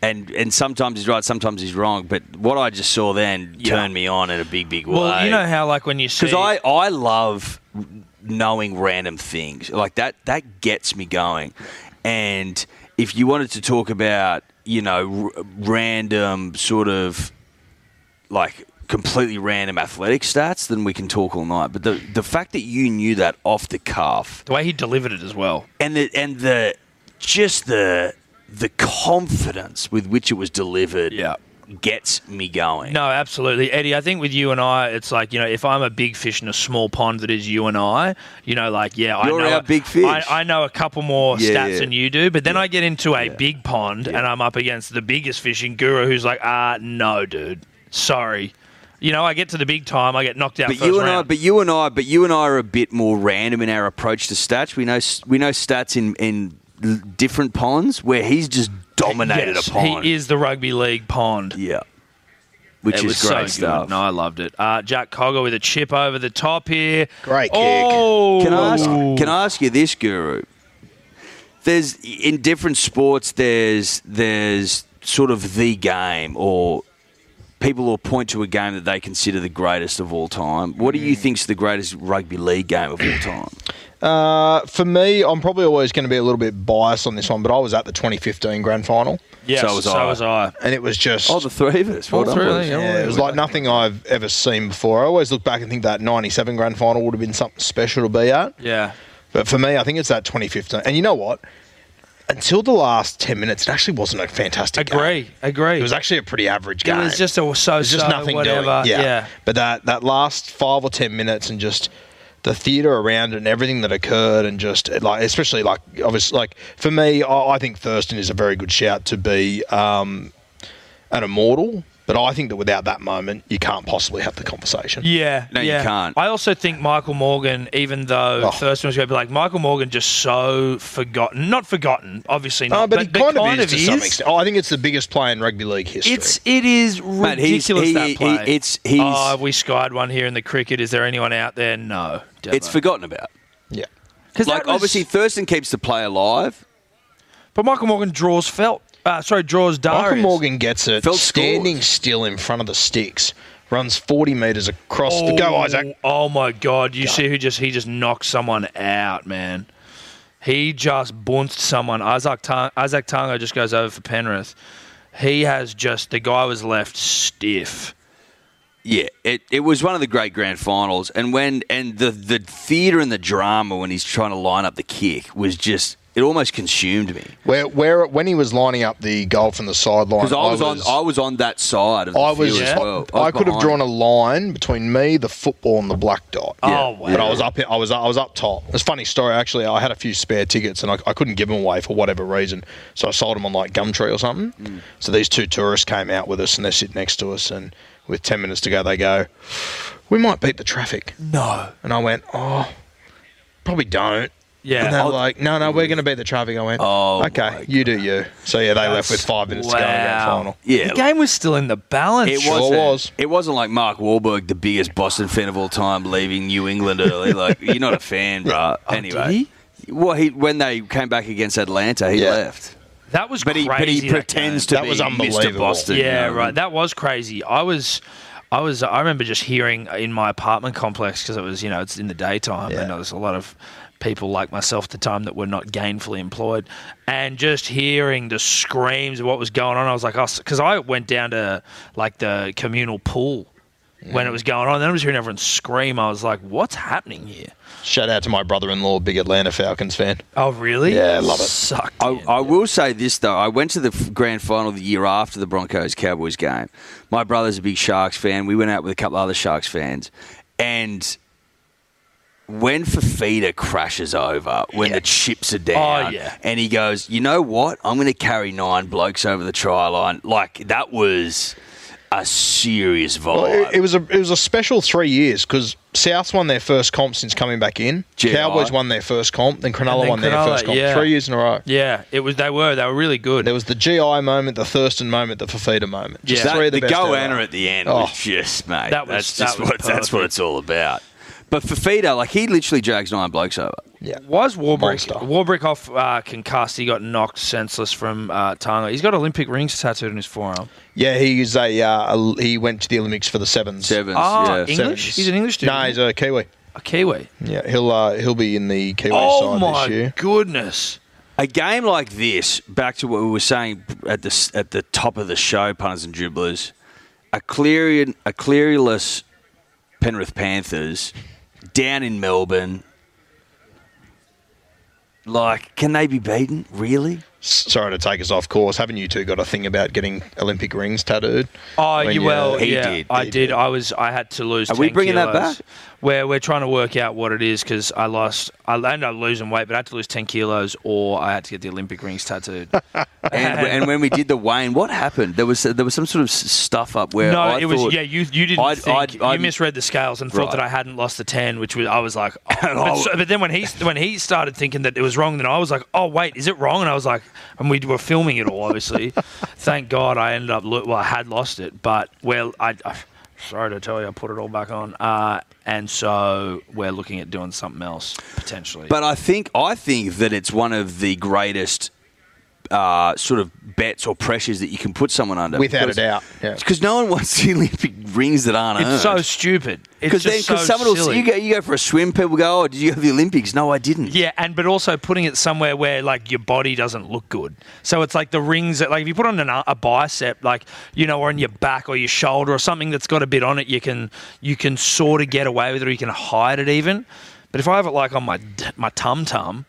[SPEAKER 5] And, and sometimes he's right, sometimes he's wrong. But what I just saw then turned me on in a big, big way.
[SPEAKER 3] Well, you know how like when you see
[SPEAKER 5] because I, I love knowing random things like that that gets me going and if you wanted to talk about you know r- random sort of like completely random athletic stats then we can talk all night but the the fact that you knew that off the cuff
[SPEAKER 3] the way he delivered it as well.
[SPEAKER 5] and the and the just the the confidence with which it was delivered
[SPEAKER 3] Yeah.
[SPEAKER 5] gets me going
[SPEAKER 3] No, absolutely, Eddie. I think with you and I, it's like you know, if I'm a big fish in a small pond that is you and I, you know, like yeah,
[SPEAKER 5] You're
[SPEAKER 3] I know
[SPEAKER 5] our big fish.
[SPEAKER 3] I, I know a couple more
[SPEAKER 5] Yeah,
[SPEAKER 3] stats
[SPEAKER 5] yeah.
[SPEAKER 3] than you do, but then I get into a big pond and I'm up against the biggest fishing guru, who's like, ah, no, dude, sorry. You know, I get to the big time, I get knocked out.
[SPEAKER 5] But
[SPEAKER 3] first
[SPEAKER 5] you and I,
[SPEAKER 3] round.
[SPEAKER 5] but you and I, but you and I are a bit more random in our approach to stats. We know s- we know stats in in l- different ponds where he's just dominated
[SPEAKER 3] Yes,
[SPEAKER 5] a pond.
[SPEAKER 3] He is the rugby league pond.
[SPEAKER 5] yeah, which
[SPEAKER 3] it
[SPEAKER 5] is
[SPEAKER 3] was so
[SPEAKER 5] great
[SPEAKER 3] good.
[SPEAKER 5] stuff.
[SPEAKER 3] No, I loved it. Uh, Jack Cogger with a chip over the top here.
[SPEAKER 4] Great kick.
[SPEAKER 3] oh,
[SPEAKER 5] Can I ask? Can I ask you this, Guru? There's in different sports. There's there's sort of the game, or people will point to a game that they consider the greatest of all time. What do you
[SPEAKER 3] Mm.
[SPEAKER 5] think's the greatest rugby league game of all time?
[SPEAKER 4] Uh, for me, I'm probably always going to be a little bit biased on this one, but I was at the 2015 grand final,
[SPEAKER 3] Yes,
[SPEAKER 5] So was I.
[SPEAKER 3] I.
[SPEAKER 4] and it was just
[SPEAKER 5] Oh, the three of us. Well done, boys.
[SPEAKER 4] Yeah, it was like nothing I've ever seen before. I always look back and think that 97 grand final would have been something special to be at.
[SPEAKER 3] Yeah.
[SPEAKER 4] But for me, I think it's that 2015. And you know what? Until the last 10 minutes, it actually wasn't a fantastic game.
[SPEAKER 3] Agree. Agree.
[SPEAKER 4] It was actually a pretty average
[SPEAKER 3] It
[SPEAKER 4] game.
[SPEAKER 3] was just a so
[SPEAKER 4] There's just nothing
[SPEAKER 3] whatever.
[SPEAKER 4] doing. Yeah. But that, that last five or 10 minutes and just the theatre around it and everything that occurred and just like, especially like, obviously, like for me, I, I think Thurston is a very good shout to be um, an immortal. But I think that without that moment, you can't possibly have the conversation.
[SPEAKER 3] Yeah,
[SPEAKER 5] No, you
[SPEAKER 3] yeah.
[SPEAKER 5] can't.
[SPEAKER 3] I also think Michael Morgan, even though
[SPEAKER 4] Oh.
[SPEAKER 3] Thurston was going to be like Michael Morgan, just so forgotten. Not forgotten, obviously not.
[SPEAKER 4] No, Uh, Oh, but, it kind, of is, to some extent. Oh, I think it's the biggest play in rugby league history.
[SPEAKER 3] It's it is
[SPEAKER 5] Mate, he's-
[SPEAKER 3] ridiculous
[SPEAKER 5] he-
[SPEAKER 3] that
[SPEAKER 5] he-
[SPEAKER 3] play.
[SPEAKER 5] it's- he's-
[SPEAKER 3] oh, we skied one here in the cricket. Is there anyone out there? No,
[SPEAKER 5] It's forgotten about.
[SPEAKER 4] yeah.
[SPEAKER 3] because
[SPEAKER 5] Like obviously Thurston keeps the play alive.
[SPEAKER 3] but Michael Morgan draws felt. Uh, sorry, draws Darius.
[SPEAKER 4] Michael Morgan gets it
[SPEAKER 5] Felt
[SPEAKER 4] standing
[SPEAKER 5] scores.
[SPEAKER 4] still in front of the sticks, runs 40 metres across the go, Isaac.
[SPEAKER 3] Oh my God! You see who just he just knocked someone out, man. He just bounced someone. Isaac Tang- Isaac Tango just goes over for Penrith. He has just the guy was left stiff.
[SPEAKER 5] Yeah, it, it was one of the great grand finals, and when and the the theatre and the drama when he's trying to line up the kick was just it almost consumed me
[SPEAKER 4] Where, where when he was lining up the goal from the sideline,
[SPEAKER 5] because I, was on I was on that side of the
[SPEAKER 4] I was,
[SPEAKER 5] field as
[SPEAKER 3] Yeah.
[SPEAKER 5] well.
[SPEAKER 4] I, could have drawn
[SPEAKER 5] behind.
[SPEAKER 4] a line between me, the football, and the black dot.
[SPEAKER 3] Oh wow!
[SPEAKER 4] But I was up. I was. I was up top. It's a funny story actually. I had a few spare tickets and I, I couldn't give them away for whatever reason. So I sold them on like Gumtree or something.
[SPEAKER 5] Mm.
[SPEAKER 4] So these two tourists came out with us and they sit next to us and with ten minutes to go, they go, "We might beat the traffic."
[SPEAKER 3] no.
[SPEAKER 4] And I went, "Oh, probably don't."
[SPEAKER 3] Yeah.
[SPEAKER 4] And they're
[SPEAKER 3] Oh,
[SPEAKER 4] like, "No, no, we're going to beat the traffic." I went,
[SPEAKER 5] Oh, my
[SPEAKER 4] okay, you do you." So yeah, they left with five minutes to go in the grand
[SPEAKER 3] wow.
[SPEAKER 4] final.
[SPEAKER 5] Yeah,
[SPEAKER 3] the game was still in the balance.
[SPEAKER 5] it
[SPEAKER 4] Sure
[SPEAKER 5] wasn't,
[SPEAKER 4] was.
[SPEAKER 5] It wasn't like Mark Wahlberg, the biggest Boston fan of all time, leaving New England early. Like you're not a fan, bro.
[SPEAKER 4] Oh,
[SPEAKER 5] Anyway, well, he when they came back against Atlanta, he
[SPEAKER 4] Yeah.
[SPEAKER 5] left.
[SPEAKER 3] That was
[SPEAKER 5] But
[SPEAKER 3] crazy.
[SPEAKER 5] he, but he
[SPEAKER 3] that
[SPEAKER 5] pretends to
[SPEAKER 4] That
[SPEAKER 5] be
[SPEAKER 4] was
[SPEAKER 5] Mr.
[SPEAKER 4] unbelievable.
[SPEAKER 5] Boston. you
[SPEAKER 3] Yeah,
[SPEAKER 5] know?
[SPEAKER 3] right. That was crazy. I was, I was. I remember just hearing in my apartment complex because it was, you know, it's in the daytime and there was a lot of people like myself at the time that were not gainfully employed, and just hearing the screams of what was going on. I was like, because I went down to like the communal pool. When it was going on, then I was hearing everyone scream. I was like, "What's happening here?"
[SPEAKER 4] Shout out to my brother-in-law, big Atlanta Falcons fan.
[SPEAKER 3] Oh, really?
[SPEAKER 4] Yeah, I love it.
[SPEAKER 3] Sucked.
[SPEAKER 5] I,
[SPEAKER 3] in.
[SPEAKER 5] I will say this though. I went to the f- grand final the year after the Broncos Cowboys game. My brother's a big Sharks fan. We went out with a couple other Sharks fans, and when Fafita crashes over, when the chips are down,
[SPEAKER 3] Oh, yeah.
[SPEAKER 5] and he goes, "You know what? I'm going to carry nine blokes over the try line." Like that was. a serious vibe.
[SPEAKER 4] Well, it, it was a it was a special three years because Souths won their first comp since coming back in.
[SPEAKER 5] GI.
[SPEAKER 4] Cowboys won their first comp, then Cronulla
[SPEAKER 3] And then
[SPEAKER 4] won their
[SPEAKER 3] Cronulla,
[SPEAKER 4] first comp.
[SPEAKER 3] yeah.
[SPEAKER 4] Three years in a row.
[SPEAKER 3] Yeah, it was. They were. They were really good.
[SPEAKER 4] There was the GI moment, the Thurston moment, the Fafita moment. Just
[SPEAKER 5] That-
[SPEAKER 4] three of the,
[SPEAKER 5] the,
[SPEAKER 4] best
[SPEAKER 5] go
[SPEAKER 4] ever.
[SPEAKER 5] anna at the end
[SPEAKER 4] Oh.
[SPEAKER 5] was just mate.
[SPEAKER 3] That was-
[SPEAKER 5] that's
[SPEAKER 3] that
[SPEAKER 5] just
[SPEAKER 3] was
[SPEAKER 5] what that's what
[SPEAKER 3] perfect.
[SPEAKER 5] it's all about. But Fafita, like he literally drags nine blokes over.
[SPEAKER 4] Yeah.
[SPEAKER 3] Was Warbrick
[SPEAKER 4] Monster.
[SPEAKER 3] Warbrick off uh, concussed? He got knocked senseless from uh, Tonga. He's got Olympic rings tattooed on his forearm.
[SPEAKER 4] Yeah, he is a, uh, a he went to the Olympics for the sevens.
[SPEAKER 5] Sevens,
[SPEAKER 4] Oh,
[SPEAKER 3] Ah,
[SPEAKER 5] yeah.
[SPEAKER 3] English?
[SPEAKER 4] Sevens.
[SPEAKER 3] He's an English dude,
[SPEAKER 4] No,
[SPEAKER 3] isn't
[SPEAKER 4] he's a Kiwi.
[SPEAKER 3] A Kiwi.
[SPEAKER 4] Yeah, he'll uh, he'll be in the Kiwi
[SPEAKER 3] Oh
[SPEAKER 4] side
[SPEAKER 3] my
[SPEAKER 4] this year.
[SPEAKER 3] goodness!
[SPEAKER 5] A game like this, back to what we were saying at the s- at the top of the show, punters and dribblers, a Cleary a Clearyless Penrith Panthers down in Melbourne. Like, can they be beaten? Really?
[SPEAKER 4] S- Sorry to take us off course. Haven't you two got a thing about getting Olympic rings tattooed?
[SPEAKER 3] Oh,
[SPEAKER 4] When
[SPEAKER 3] you
[SPEAKER 4] you-
[SPEAKER 3] well,
[SPEAKER 5] he
[SPEAKER 3] yeah,
[SPEAKER 5] did,
[SPEAKER 3] I
[SPEAKER 4] he
[SPEAKER 3] did.
[SPEAKER 4] did.
[SPEAKER 3] I was. I had to lose.
[SPEAKER 5] Are we
[SPEAKER 3] 10
[SPEAKER 5] bringing that
[SPEAKER 3] kilos.
[SPEAKER 5] back?
[SPEAKER 3] Where we're trying to work out what it is because I lost. I ended up losing weight, but I had to lose ten kilos, or I had to get the Olympic rings tattooed.
[SPEAKER 5] And, and when we did the Wayne, what happened? There was there was some sort of s- stuff up where
[SPEAKER 3] no,
[SPEAKER 5] I
[SPEAKER 3] it was
[SPEAKER 5] thought-
[SPEAKER 3] yeah. You you didn't
[SPEAKER 5] I'd-
[SPEAKER 3] think
[SPEAKER 5] I'd-
[SPEAKER 3] you
[SPEAKER 5] I'd-
[SPEAKER 3] misread the scales and
[SPEAKER 5] Right.
[SPEAKER 3] thought that I hadn't lost the ten, which was I was like. oh, but, so- but then when he when he started thinking that it was wrong, then I was like, oh wait, is it wrong? And I was like, and we were filming it all, obviously. Thank God I ended up lo- well, I had lost it, but well, I. I Sorry to tell you, I put it all back on, uh, and so we're looking at doing something else potentially.
[SPEAKER 5] But I think I think that it's one of the greatest uh, sort of bets or pressures that you can put someone under,
[SPEAKER 4] Without a doubt, yeah.
[SPEAKER 5] Because no one wants the Olympic rings that aren't
[SPEAKER 3] it's so
[SPEAKER 5] earned.
[SPEAKER 3] stupid. It's
[SPEAKER 5] because
[SPEAKER 3] just
[SPEAKER 5] then, because
[SPEAKER 3] so
[SPEAKER 5] someone will
[SPEAKER 3] silly.
[SPEAKER 5] see you go, you go for a swim, people go, "Oh, did you have the Olympics?" No, I didn't.
[SPEAKER 3] Yeah, and but also putting it somewhere where like your body doesn't look good. So it's like the rings that like if you put on an, a bicep, like you know, or on your back or your shoulder or something that's got a bit on it, you can you can sort of get away with it, or you can hide it even. But if I have it like on my d- my tum tum,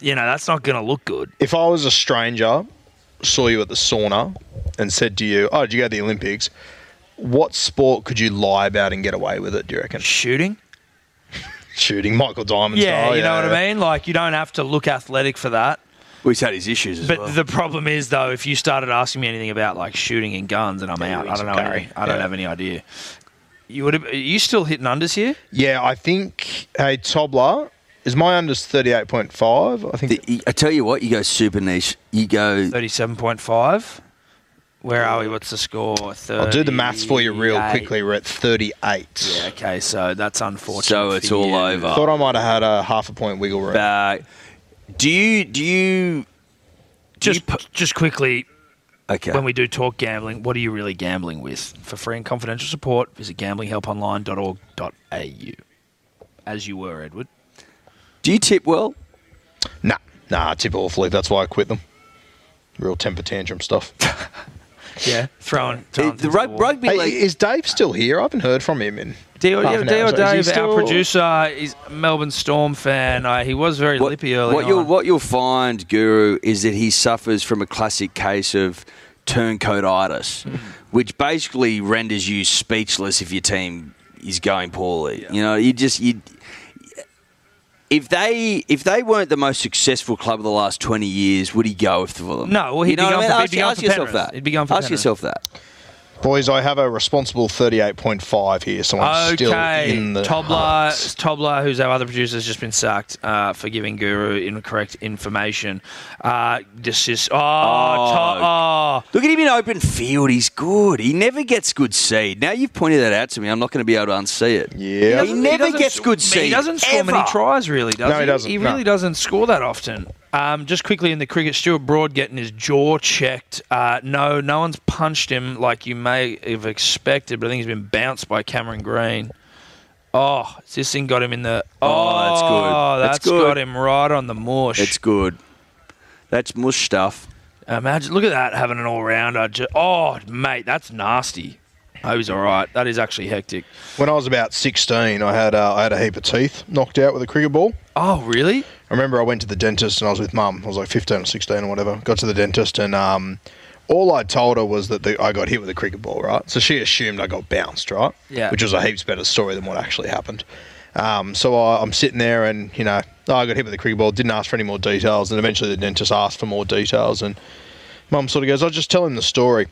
[SPEAKER 3] you know, that's not gonna look good.
[SPEAKER 4] If I was a stranger, saw you at the sauna, and said to you, "Oh, did you go to the Olympics?" What sport could you lie about and get away with it? Do you reckon?
[SPEAKER 3] Shooting.
[SPEAKER 4] Shooting, Michael Diamond
[SPEAKER 3] Oh, Yeah,
[SPEAKER 4] style.
[SPEAKER 3] you know what I mean. Like you don't have to look athletic for that.
[SPEAKER 5] well, he's had his issues as
[SPEAKER 3] But
[SPEAKER 5] well.
[SPEAKER 3] the problem is, though, if you started asking me anything about like shooting and guns, and I'm
[SPEAKER 4] Yeah,
[SPEAKER 3] out.
[SPEAKER 4] you
[SPEAKER 3] I don't know.
[SPEAKER 4] need some
[SPEAKER 3] Any,
[SPEAKER 4] curry.
[SPEAKER 3] I don't
[SPEAKER 4] Yeah.
[SPEAKER 3] have any idea. You would have. Are you still hitting unders here?
[SPEAKER 4] Yeah, I think a toddler is my unders thirty-eight point five. I think.
[SPEAKER 5] The- he- I tell you what, you go super niche. You go.
[SPEAKER 3] Thirty-seven point five. Where are we? What's the score?
[SPEAKER 4] I'll do the maths for you real
[SPEAKER 3] 38.
[SPEAKER 4] quickly. We're at 38.
[SPEAKER 3] Yeah. Okay. So that's unfortunate.
[SPEAKER 5] So it's
[SPEAKER 3] for
[SPEAKER 5] all
[SPEAKER 3] you.
[SPEAKER 5] over.
[SPEAKER 4] Thought I might have had a half a point wiggle room.
[SPEAKER 5] Uh, do you do you?
[SPEAKER 3] Just, just quickly.
[SPEAKER 5] Okay.
[SPEAKER 3] When we do talk gambling, what are you really gambling with? For free and confidential support, visit gamblinghelponline.org.au. As you were, Edward.
[SPEAKER 5] do you tip well?
[SPEAKER 4] Nah, nah, tip awfully. That's why I quit them. Real temper tantrum stuff.
[SPEAKER 3] Yeah. Throwing.
[SPEAKER 5] The,
[SPEAKER 3] throwing
[SPEAKER 5] Uh, the
[SPEAKER 3] things at
[SPEAKER 5] rug-
[SPEAKER 3] wall.
[SPEAKER 5] rugby
[SPEAKER 4] Hey,
[SPEAKER 5] league.
[SPEAKER 4] is Dave still here? I haven't heard from him in.
[SPEAKER 3] Deo,
[SPEAKER 4] half
[SPEAKER 3] yeah,
[SPEAKER 4] an
[SPEAKER 3] Deo
[SPEAKER 4] hour. Is he
[SPEAKER 3] Dave,
[SPEAKER 4] still-
[SPEAKER 3] our producer, is a Melbourne Storm fan. Uh, he was very lippy early
[SPEAKER 5] what you'll
[SPEAKER 3] on.
[SPEAKER 5] what you'll find, Guru, is that he suffers from a classic case of turncoatitis,
[SPEAKER 3] Hmm.
[SPEAKER 5] which basically renders you speechless if your team is going poorly. You know, you just you. If they if they weren't the most successful club of the last twenty years, would he go for them?
[SPEAKER 3] No, well, he'd
[SPEAKER 5] you know
[SPEAKER 3] be
[SPEAKER 5] what
[SPEAKER 3] going
[SPEAKER 5] I mean?
[SPEAKER 3] for- he'd be
[SPEAKER 5] ask
[SPEAKER 3] going
[SPEAKER 5] ask
[SPEAKER 3] for
[SPEAKER 5] yourself
[SPEAKER 3] Penrith.
[SPEAKER 5] that.
[SPEAKER 3] He'd be going for
[SPEAKER 5] ask
[SPEAKER 3] Penrith.
[SPEAKER 5] yourself that.
[SPEAKER 4] Boys, I have a responsible 38.5 here, so I'm still
[SPEAKER 3] okay,
[SPEAKER 4] in the.
[SPEAKER 3] Tobler,
[SPEAKER 4] hearts.
[SPEAKER 3] Tobler, who's our other producer, has just been sacked uh, for giving Guru incorrect information. Uh, this is oh, To- oh.
[SPEAKER 5] Look at him in open field. He's good. He never gets good seed. Now you've pointed that out to me. I'm not going to be able to unsee it.
[SPEAKER 4] Yeah.
[SPEAKER 5] He, never
[SPEAKER 3] doesn't
[SPEAKER 5] gets
[SPEAKER 3] sc-
[SPEAKER 5] good seed.
[SPEAKER 3] He doesn't score many
[SPEAKER 5] ever.
[SPEAKER 3] tries, really, does
[SPEAKER 4] No,
[SPEAKER 3] he?
[SPEAKER 4] he doesn't,
[SPEAKER 3] He
[SPEAKER 4] no.
[SPEAKER 3] really doesn't score that often. Um, just quickly in the cricket, Stuart Broad getting his jaw checked. Uh, no, no one's punched him like you may have expected, but I think he's been bounced by Cameron Green. Oh, this thing got him in the. Oh,
[SPEAKER 5] Oh, that's good. That's
[SPEAKER 3] that's
[SPEAKER 5] good.
[SPEAKER 3] got him right on the mush.
[SPEAKER 5] It's good. That's mush stuff.
[SPEAKER 3] Imagine, look at that, having an all rounder. Oh, mate, that's nasty. Oh, he's all right. That is actually hectic.
[SPEAKER 4] When I was about 16, I had, uh, I had a heap of teeth knocked out with a cricket ball.
[SPEAKER 3] Oh, really?
[SPEAKER 4] I remember I went to the dentist and I was with mum. I was like 15 or 16 or whatever. Got to the dentist and um, all I told her was that the, I got hit with a cricket ball, right? So she assumed I got bounced, right?
[SPEAKER 3] Yeah.
[SPEAKER 4] Which was a heaps better story than what actually happened. Um, so I, I'm sitting there and, you know, oh, I got hit with a cricket ball, didn't ask for any more details. And eventually the dentist asked for more details. And mum sort of goes, I'll just tell him the story.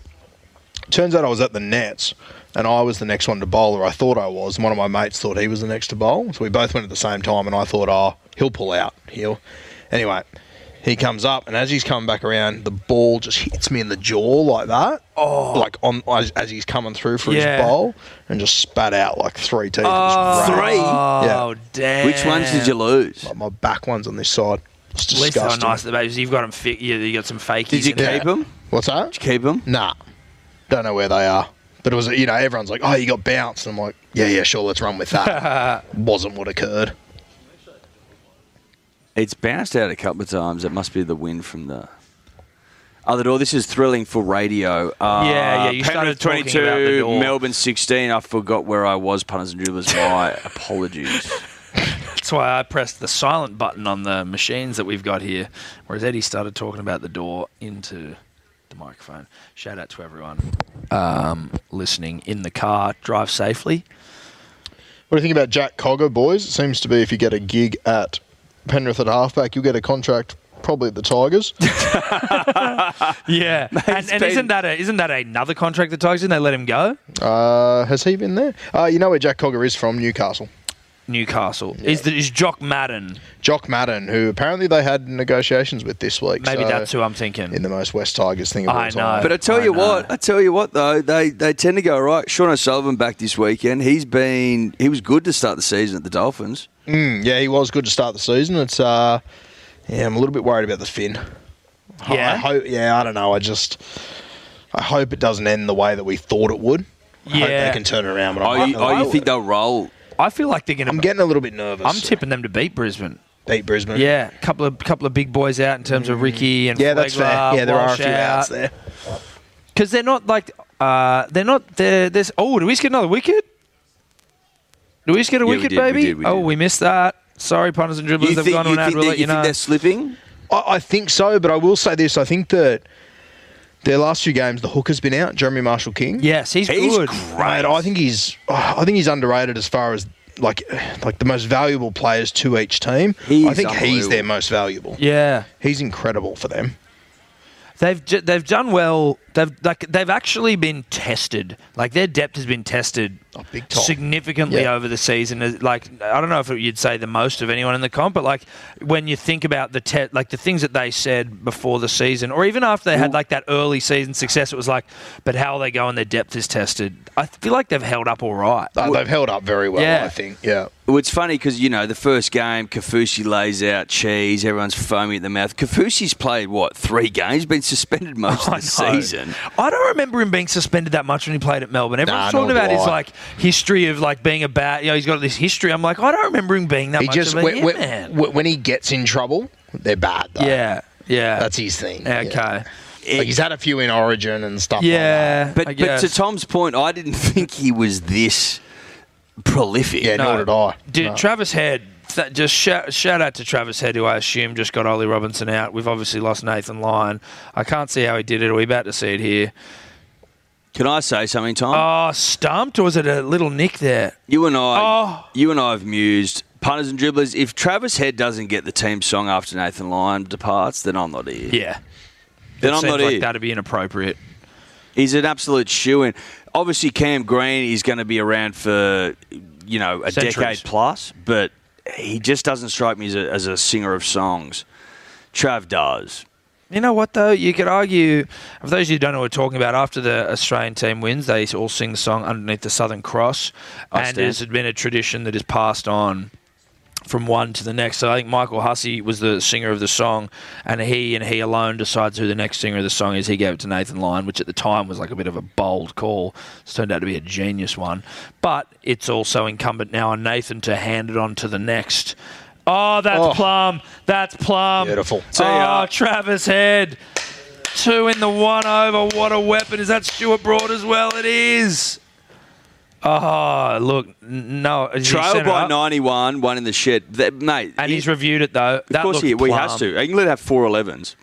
[SPEAKER 4] Turns out I was at the Nets and I was the next one to bowl, or I thought I was. And one of my mates thought he was the next to bowl. So we both went at the same time and I thought, oh, he'll pull out. He'll. Anyway, he comes up and as he's coming back around, the ball just hits me in the jaw like that. Oh. Like on as, as he's coming through for
[SPEAKER 3] Yeah.
[SPEAKER 4] his bowl and just spat out like three teeth.
[SPEAKER 3] Oh,
[SPEAKER 4] It was great. Yeah.
[SPEAKER 3] Oh, damn.
[SPEAKER 5] Which ones did you lose?
[SPEAKER 4] Like, my back one's on this side. It's
[SPEAKER 3] At least they were
[SPEAKER 4] disgusting.
[SPEAKER 3] nice. Babies. You've got them. Fi- yeah, you got some fakies.
[SPEAKER 5] Did you
[SPEAKER 3] in there.
[SPEAKER 5] keep them?
[SPEAKER 4] What's that?
[SPEAKER 5] Did you keep them?
[SPEAKER 4] nah, don't know where they are. But it was, you know, everyone's like, oh, you got bounced. And I'm like, yeah, yeah, sure, let's run with that. Wasn't what occurred.
[SPEAKER 5] It's bounced out a couple of times. It must be the wind from the other door. This is thrilling for radio. Uh,
[SPEAKER 3] Yeah, yeah, you
[SPEAKER 5] Penrith
[SPEAKER 3] started talking about the
[SPEAKER 5] 22,
[SPEAKER 3] door.
[SPEAKER 5] Melbourne 16. I forgot where I was. Punters and dribblers. My apologies.
[SPEAKER 3] That's why I pressed the silent button on the machines that we've got here. Whereas Eddie started talking about the door into the microphone. Shout out to everyone um, listening in the car. Drive safely.
[SPEAKER 4] What do you think about Jack Cogger, boys? It seems to be if you get a gig at Penrith at halfback, you'll get a contract probably at the Tigers.
[SPEAKER 3] Yeah, and, and
[SPEAKER 5] been-
[SPEAKER 3] isn't that a, isn't that another contract that Tigers in? They let him go.
[SPEAKER 4] uh, has he been there? Uh, you know where Jack Cogger is from, Newcastle.
[SPEAKER 3] Newcastle is the, is Jock Madden.
[SPEAKER 4] Jock Madden, who apparently they had negotiations with this week.
[SPEAKER 3] Maybe
[SPEAKER 4] so-
[SPEAKER 3] that's who I'm thinking.
[SPEAKER 4] in the most West Tigers thing of all
[SPEAKER 3] I
[SPEAKER 4] time.
[SPEAKER 3] know.
[SPEAKER 5] But I tell
[SPEAKER 3] I
[SPEAKER 5] you
[SPEAKER 3] know.
[SPEAKER 5] what, I tell you what though, they they tend to go right. Sean O'Sullivan back this weekend. He's been he was good to start the season at the Dolphins.
[SPEAKER 4] Mm, yeah, he was good to start the season. It's uh, yeah, I'm a little bit worried about the Finn. I- I
[SPEAKER 3] Yeah?
[SPEAKER 4] hope. Yeah, I don't know. I just I hope it doesn't end the way that we thought it would. I hope
[SPEAKER 3] Yeah.
[SPEAKER 4] they can turn it around. But
[SPEAKER 5] Oh,
[SPEAKER 4] I'm,
[SPEAKER 5] you, oh, you think they'll roll?
[SPEAKER 3] I feel like they're gonna.
[SPEAKER 4] I'm getting a little bit nervous.
[SPEAKER 3] I'm tipping them to beat Brisbane.
[SPEAKER 4] beat Brisbane.
[SPEAKER 3] Yeah, a couple of couple of big boys out in terms of Ricky and
[SPEAKER 4] Mm. Yeah, that's fair.
[SPEAKER 3] Flegler,
[SPEAKER 4] Yeah, there are a
[SPEAKER 3] Walsh
[SPEAKER 4] few outs there.
[SPEAKER 3] because they're not like uh, they're not they're there's oh do we just get another wicket? Do we just get a
[SPEAKER 5] Yeah, we
[SPEAKER 3] wicket,
[SPEAKER 5] did, we
[SPEAKER 3] baby?
[SPEAKER 5] did, we
[SPEAKER 3] oh,
[SPEAKER 5] did.
[SPEAKER 3] we missed that. Sorry, punters and dribblers,
[SPEAKER 5] You
[SPEAKER 3] they've
[SPEAKER 5] think,
[SPEAKER 3] gone
[SPEAKER 5] you
[SPEAKER 3] on ad.
[SPEAKER 5] think,
[SPEAKER 3] We'll
[SPEAKER 5] that,
[SPEAKER 3] let
[SPEAKER 5] you
[SPEAKER 3] you
[SPEAKER 5] think
[SPEAKER 3] know.
[SPEAKER 5] they're slipping?
[SPEAKER 4] I, I think so, but I will say this: I think that their last few games, the hooker's been out. Jeremy Marshall King.
[SPEAKER 3] Yes, he's,
[SPEAKER 5] He's
[SPEAKER 3] good.
[SPEAKER 4] Mate, I think he's oh, I think he's underrated as far as like like the most valuable players to each team.
[SPEAKER 5] He's
[SPEAKER 4] I think he's
[SPEAKER 5] unbelievable.
[SPEAKER 4] their most valuable.
[SPEAKER 3] Yeah,
[SPEAKER 4] He's incredible for them.
[SPEAKER 3] they've ju- they've done well. They've like they've actually been tested. Like their depth has been tested
[SPEAKER 4] Oh, big time.
[SPEAKER 3] significantly
[SPEAKER 4] Yeah.
[SPEAKER 3] over the season. As- Like I don't know if you'd say the most of anyone in the comp, but like when you think about the te- like the things that they said before the season, or even after they had like that early season success, it was like, but how are they going? Their depth is tested. I feel like they've held up all right.
[SPEAKER 4] Uh, they've held up very well,
[SPEAKER 3] Yeah.
[SPEAKER 4] I think. Yeah.
[SPEAKER 5] Well, it's funny because you know the first game, Kafusi lays out cheese. Everyone's foaming at the mouth. Kafusi's played what three games? Been suspended most of the
[SPEAKER 3] I know.
[SPEAKER 5] season.
[SPEAKER 3] I don't remember him being suspended that much when he played at Melbourne. Everyone's
[SPEAKER 4] Nah,
[SPEAKER 3] talking
[SPEAKER 4] nor do
[SPEAKER 3] about his
[SPEAKER 4] I.
[SPEAKER 3] like history of like being a bad. You know, he's got this history. I'm like, I don't remember him being that
[SPEAKER 4] He
[SPEAKER 3] much
[SPEAKER 4] just
[SPEAKER 3] of a
[SPEAKER 4] when,
[SPEAKER 3] hit
[SPEAKER 4] when,
[SPEAKER 3] man.
[SPEAKER 4] when- when he gets in trouble, they're bad. Though.
[SPEAKER 3] yeah, yeah.
[SPEAKER 4] That's his thing.
[SPEAKER 3] Okay.
[SPEAKER 4] Yeah. Like, he's had a few in Origin and stuff. like that.
[SPEAKER 3] Yeah,
[SPEAKER 5] But
[SPEAKER 3] I
[SPEAKER 5] but to
[SPEAKER 3] guess.
[SPEAKER 5] Tom's point, I didn't think he was this prolific.
[SPEAKER 4] Yeah. Nor did I.
[SPEAKER 3] Dude,
[SPEAKER 4] No.
[SPEAKER 3] Travis Head. Th- just shout, shout out to Travis Head, who I assume just got Ollie Robinson out. We've obviously lost Nathan Lyon. I can't see how he did it. Are we about to see it here?
[SPEAKER 5] Can I say something, Tom?
[SPEAKER 3] Oh, stumped, or was it a little nick there?
[SPEAKER 5] You and I,
[SPEAKER 3] Oh.
[SPEAKER 5] you and I have mused punters and dribblers. If Travis Head doesn't get the team song after Nathan Lyon departs, then I'm not here.
[SPEAKER 3] Yeah.
[SPEAKER 5] then
[SPEAKER 3] it
[SPEAKER 5] I'm
[SPEAKER 3] seems
[SPEAKER 5] not
[SPEAKER 3] like
[SPEAKER 5] here.
[SPEAKER 3] that'd be inappropriate.
[SPEAKER 5] He's an absolute shoe in. Obviously, Cam Green is going to be around for you know a
[SPEAKER 3] Centuries.
[SPEAKER 5] decade plus, but he just doesn't strike me as a, as a singer of songs. Trav does.
[SPEAKER 3] You know what though? You could argue, for those of you who don't know what we're talking about, after the Australian team wins, they all sing the song underneath the Southern Cross,
[SPEAKER 5] I
[SPEAKER 3] and
[SPEAKER 5] stand.
[SPEAKER 3] it's been a tradition that is passed on from one to the next. So I think Michael Hussey was the singer of the song, and he and he alone decides who the next singer of the song is. He gave it to Nathan Lyon, which at the time was like a bit of a bold call. It's turned out to be a genius one, but it's also incumbent now on Nathan to hand it on to the next. Oh, that's
[SPEAKER 4] Oh.
[SPEAKER 3] plum. That's plum.
[SPEAKER 4] Beautiful.
[SPEAKER 5] See ya.
[SPEAKER 3] Oh, Travis Head. Two in the one over. What a weapon. Is that Stuart Broad as well? It is. Oh, look. n- No. has he
[SPEAKER 5] Trail
[SPEAKER 3] sent it
[SPEAKER 5] by
[SPEAKER 3] up?
[SPEAKER 5] ninety one, one in the shed, that, mate.
[SPEAKER 3] And
[SPEAKER 5] he-
[SPEAKER 3] he's reviewed it, though.
[SPEAKER 5] of course he, we has
[SPEAKER 3] plum.
[SPEAKER 5] to. England have four 11s.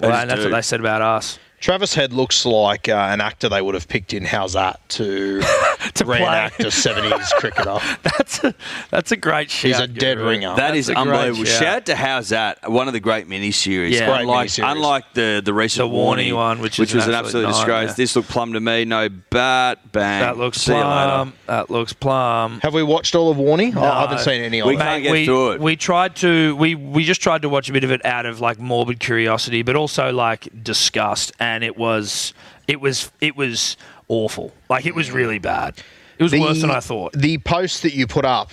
[SPEAKER 3] Well,
[SPEAKER 5] Those
[SPEAKER 3] and that's
[SPEAKER 5] do.
[SPEAKER 3] what they said about us.
[SPEAKER 4] Travis Head looks like uh, an actor they would have picked in How's That to
[SPEAKER 3] to play.
[SPEAKER 4] reenact a seventies cricketer.
[SPEAKER 3] That's a, that's a great shout.
[SPEAKER 4] He's a dead
[SPEAKER 3] Guru.
[SPEAKER 4] ringer.
[SPEAKER 5] That
[SPEAKER 3] Oh, That's
[SPEAKER 5] is
[SPEAKER 3] a great
[SPEAKER 5] unbelievable.
[SPEAKER 3] shout.
[SPEAKER 5] Shout out to How's That, one of the great miniseries.
[SPEAKER 3] Yeah. Great
[SPEAKER 5] unlike,
[SPEAKER 4] miniseries.
[SPEAKER 5] unlike the, the recent
[SPEAKER 3] The Warning one, which is
[SPEAKER 5] was
[SPEAKER 3] an
[SPEAKER 5] an
[SPEAKER 3] absolute
[SPEAKER 5] absolute disgrace.
[SPEAKER 3] nightmare.
[SPEAKER 5] This looked plum to me. No bat, bang.
[SPEAKER 3] That looks
[SPEAKER 5] See you later.
[SPEAKER 3] plum. That looks plum.
[SPEAKER 4] Have we watched all of Warney? Oh, I haven't seen any of
[SPEAKER 5] We
[SPEAKER 4] it.
[SPEAKER 5] can't get
[SPEAKER 3] we,
[SPEAKER 5] through it.
[SPEAKER 3] we tried to we we just tried to watch a bit of it out of like morbid curiosity, but also like disgust, and it was it was it was awful. Like it was really bad. It was worse than I thought.
[SPEAKER 4] The post that you put up,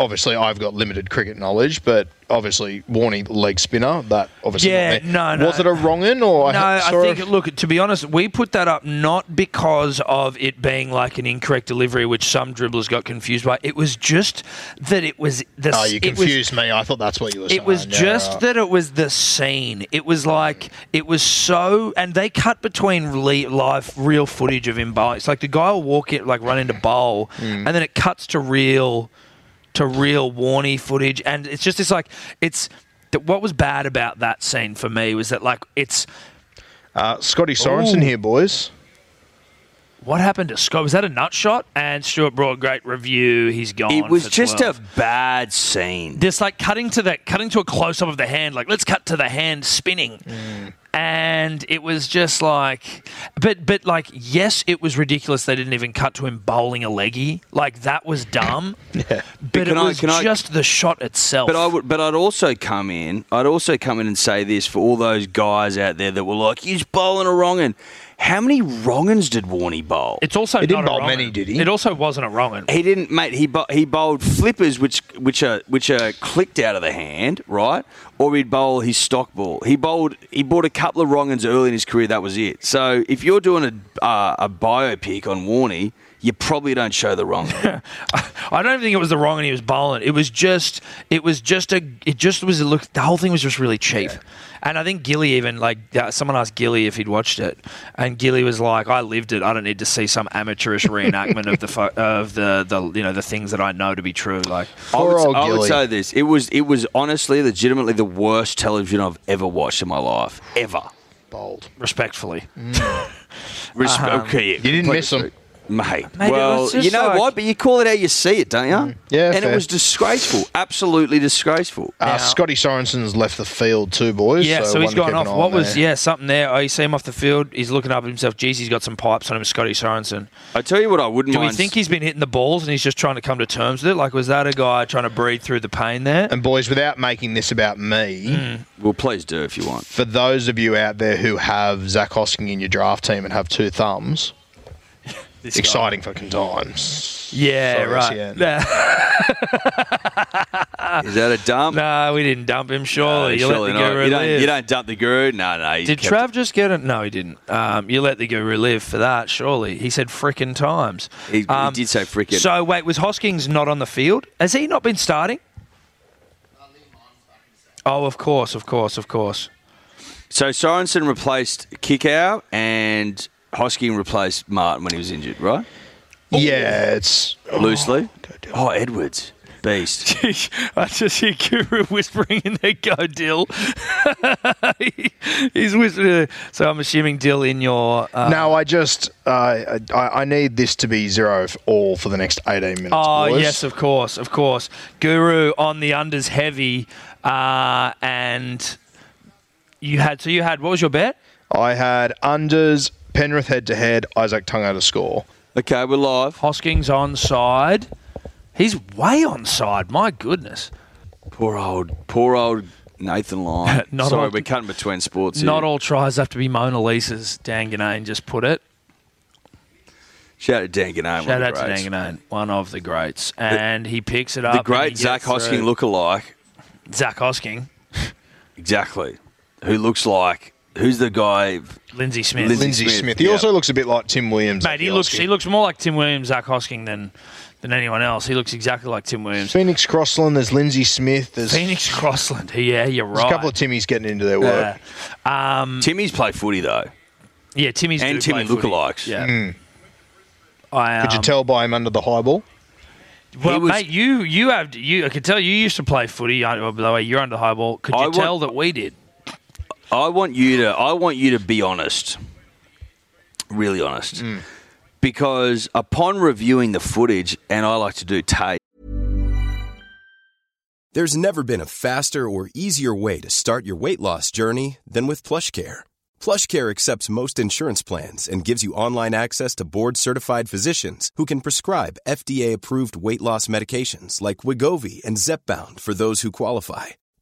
[SPEAKER 4] obviously, I've got limited cricket knowledge, but obviously, Warney leg spinner. That obviously,
[SPEAKER 3] Yeah,
[SPEAKER 4] not me.
[SPEAKER 3] no, no.
[SPEAKER 4] Was it a wrong in or
[SPEAKER 3] No,
[SPEAKER 4] I
[SPEAKER 3] I
[SPEAKER 4] saw
[SPEAKER 3] think
[SPEAKER 4] a-
[SPEAKER 3] look to be honest, we put that up not because of it being like an incorrect delivery, which some dribblers got confused by. It was just that it was the
[SPEAKER 4] Oh, you
[SPEAKER 3] it was-
[SPEAKER 4] confused me. I thought that's what you were
[SPEAKER 5] Oh,
[SPEAKER 4] saying.
[SPEAKER 3] It was
[SPEAKER 4] Yeah,
[SPEAKER 3] just
[SPEAKER 4] right.
[SPEAKER 3] that it was the scene. It was like it was so, and they cut between le- live real footage of him bowling. It's like the guy will walk in, like run into bowl, and
[SPEAKER 5] Hmm.
[SPEAKER 3] then it cuts to real, to real Warney footage, and it's just it's like it's that what was bad about that scene for me was that like it's
[SPEAKER 4] Uh, Scotty Sorensen here, boys.
[SPEAKER 3] what happened to Scott was that a nut shot? And Stuart Broad, great review, he's gone.
[SPEAKER 5] It was
[SPEAKER 3] for
[SPEAKER 5] just
[SPEAKER 3] 12.
[SPEAKER 5] a bad scene.
[SPEAKER 3] this like cutting to that cutting to a close up of the hand like let's cut to the hand spinning and it was just like but but like yes it was ridiculous they didn't even cut to him bowling a leggy like that was dumb but, it
[SPEAKER 5] can I-
[SPEAKER 3] was
[SPEAKER 5] can I-
[SPEAKER 3] just the shot itself
[SPEAKER 5] But I would, but I'd also come in. I'd also come in and say this for all those guys out there that were like, "He's bowling a wrong un." How many wrong uns did Warney bowl?
[SPEAKER 3] it's also
[SPEAKER 4] He didn't
[SPEAKER 3] not a
[SPEAKER 4] bowl
[SPEAKER 3] wrong
[SPEAKER 4] many,
[SPEAKER 3] un.
[SPEAKER 4] did he?
[SPEAKER 3] it also wasn't a wrong un.
[SPEAKER 5] He didn't, mate. He bo- he bowled flippers, which which are which are clicked out of the hand, right? Or he'd bowl his stock ball. He bowled. He bought a couple of wrong uns early in his career. That was it. So if you're doing a uh, a biopic on Warney, you probably don't show the wrong. un.
[SPEAKER 3] I don't think it was the wrong and he was bowling. It was just, it was just a, it just was a look. The whole thing was just really cheap. And I think Gilly even like uh, someone asked Gilly if he'd watched it, and Gilly was like, "I lived it. I don't need to see some amateurish reenactment of the fo- of the the you know the things that I know to be true." Like,
[SPEAKER 5] I,
[SPEAKER 4] Poor
[SPEAKER 5] would,
[SPEAKER 4] old
[SPEAKER 5] I would
[SPEAKER 4] Gilly.
[SPEAKER 5] say this. It was it was honestly, legitimately the worst television I've ever watched in my life, ever.
[SPEAKER 4] Bold.
[SPEAKER 3] respectfully,
[SPEAKER 4] Mm-hmm.
[SPEAKER 5] Respe- okay,
[SPEAKER 4] Um, You didn't miss them.
[SPEAKER 5] mate.
[SPEAKER 3] Mate, it
[SPEAKER 5] well,
[SPEAKER 3] was just
[SPEAKER 5] you know
[SPEAKER 3] like-
[SPEAKER 5] what? But you call it how you see it, don't you?
[SPEAKER 4] Mm, Yeah,
[SPEAKER 5] And
[SPEAKER 4] fair.
[SPEAKER 5] it was disgraceful, absolutely disgraceful.
[SPEAKER 4] Uh, Scotty Sorensen's left the field too, boys.
[SPEAKER 3] yeah. So,
[SPEAKER 4] one
[SPEAKER 3] he's
[SPEAKER 4] to
[SPEAKER 3] gone
[SPEAKER 4] keep
[SPEAKER 3] off.
[SPEAKER 4] an eye
[SPEAKER 3] What
[SPEAKER 4] on
[SPEAKER 3] was
[SPEAKER 4] there.
[SPEAKER 3] yeah something there? Oh, you see him off the field. He's looking up at himself. Jeez, he's got some pipes on him. Scotty Sorensen.
[SPEAKER 5] I tell you what, I wouldn't
[SPEAKER 3] Do we
[SPEAKER 5] mind.
[SPEAKER 3] think he's been hitting the balls and he's just trying to come to terms with it? Like, was that a guy trying to breathe through the pain there?
[SPEAKER 4] And boys, without making this about me,
[SPEAKER 3] Mm.
[SPEAKER 5] well, please do if you want.
[SPEAKER 4] for those of you out there who have Zach Hosking in your draft team and have two thumbs, exciting fucking times.
[SPEAKER 3] Yeah,
[SPEAKER 4] Sorry,
[SPEAKER 3] right.
[SPEAKER 4] SEN.
[SPEAKER 3] Nah.
[SPEAKER 5] Is that a dump?
[SPEAKER 3] Ah. No, we didn't dump him. Surely you let the
[SPEAKER 5] Surely not.
[SPEAKER 3] guru
[SPEAKER 5] You don't,
[SPEAKER 3] live.
[SPEAKER 5] you don't dump the guru. No, no. you
[SPEAKER 3] Did
[SPEAKER 5] kept-
[SPEAKER 3] Trav just get it? No, he didn't. Um, you let the guru live for that. Surely he said frickin' times.
[SPEAKER 5] He- he
[SPEAKER 3] Um,
[SPEAKER 5] did say frickin'.
[SPEAKER 3] So wait, was Hoskins not on the field? Has he not been starting? Oh, of course, of course, of course.
[SPEAKER 5] So Sorensen replaced Kickow and Hosking replaced Martin when he was injured, right?
[SPEAKER 4] Yeah, it's
[SPEAKER 5] Loosely. Oh, Edwards. Beast.
[SPEAKER 3] I just hear Guru whispering in there, go Dill. He- He's whispering. So I'm assuming Dill in your. Uh,
[SPEAKER 4] no. I just uh, I, I need this to be zero f- all for the next eighteen minutes.
[SPEAKER 3] Oh
[SPEAKER 4] boys.
[SPEAKER 3] yes, of course, of course. Guru on the unders heavy, uh, and you had so you had what was your bet?
[SPEAKER 4] I had unders Penrith head to head. Isaac Tungo to score.
[SPEAKER 5] Okay, we're live.
[SPEAKER 3] Hoskins on side. He's way on side. My goodness.
[SPEAKER 5] Poor old, poor old Nathan Lyon.
[SPEAKER 3] Not
[SPEAKER 5] Sorry,
[SPEAKER 3] all-
[SPEAKER 5] we're cutting between sports.
[SPEAKER 3] Not
[SPEAKER 5] here.
[SPEAKER 3] all tries have to be Mona Lisa's. Dan Ganane just put it.
[SPEAKER 5] Shout out to Dan Ganane.
[SPEAKER 3] Shout
[SPEAKER 5] one
[SPEAKER 3] out
[SPEAKER 5] of the
[SPEAKER 3] to Dan
[SPEAKER 5] greats.
[SPEAKER 3] Ganane, one of the greats, and he picks it up.
[SPEAKER 5] The
[SPEAKER 3] and he
[SPEAKER 5] great
[SPEAKER 3] gets
[SPEAKER 5] Zach Hosking
[SPEAKER 3] through.
[SPEAKER 5] look-alike.
[SPEAKER 3] Zach Hosking,
[SPEAKER 5] Exactly. Who looks like? Who's the guy?
[SPEAKER 3] Lindsay Smith.
[SPEAKER 5] Lindsay-
[SPEAKER 4] Lindsay
[SPEAKER 5] Smith,
[SPEAKER 4] Smith. He
[SPEAKER 5] yeah.
[SPEAKER 4] also looks a bit like Tim Williams.
[SPEAKER 3] Mate, he looks he looks more like Tim Williams, Zach Hosking than than anyone else. He looks exactly like Tim Williams.
[SPEAKER 4] Phoenix Crossland. There's Lindsay Smith. There's,
[SPEAKER 3] Phoenix Crossland. Yeah, you're right.
[SPEAKER 4] there's a couple of Timmys getting into their work.
[SPEAKER 3] Yeah. Um,
[SPEAKER 5] Timmy's played footy though.
[SPEAKER 3] yeah, Timmy's
[SPEAKER 5] And
[SPEAKER 3] do
[SPEAKER 5] Timmy
[SPEAKER 3] play footy.
[SPEAKER 5] lookalikes.
[SPEAKER 3] Yeah.
[SPEAKER 4] Hmm.
[SPEAKER 3] I, um,
[SPEAKER 4] Could you tell by him under the high ball?
[SPEAKER 3] Well,
[SPEAKER 5] He was-
[SPEAKER 3] mate, you you have you. I could tell you used to play footy. I, well, by the way, you're under high ball. Could you
[SPEAKER 5] I want-
[SPEAKER 3] tell that we did? Hmm.
[SPEAKER 5] I want you to. I want you to be honest. Really honest. because upon reviewing the footage, and I like to do tape.
[SPEAKER 9] There's never been a faster or easier way to start your weight loss journey than with PlushCare. PlushCare accepts most insurance plans and gives you online access to board-certified physicians who can prescribe FDA-approved weight loss medications like Wigovi and Zepbound for those who qualify.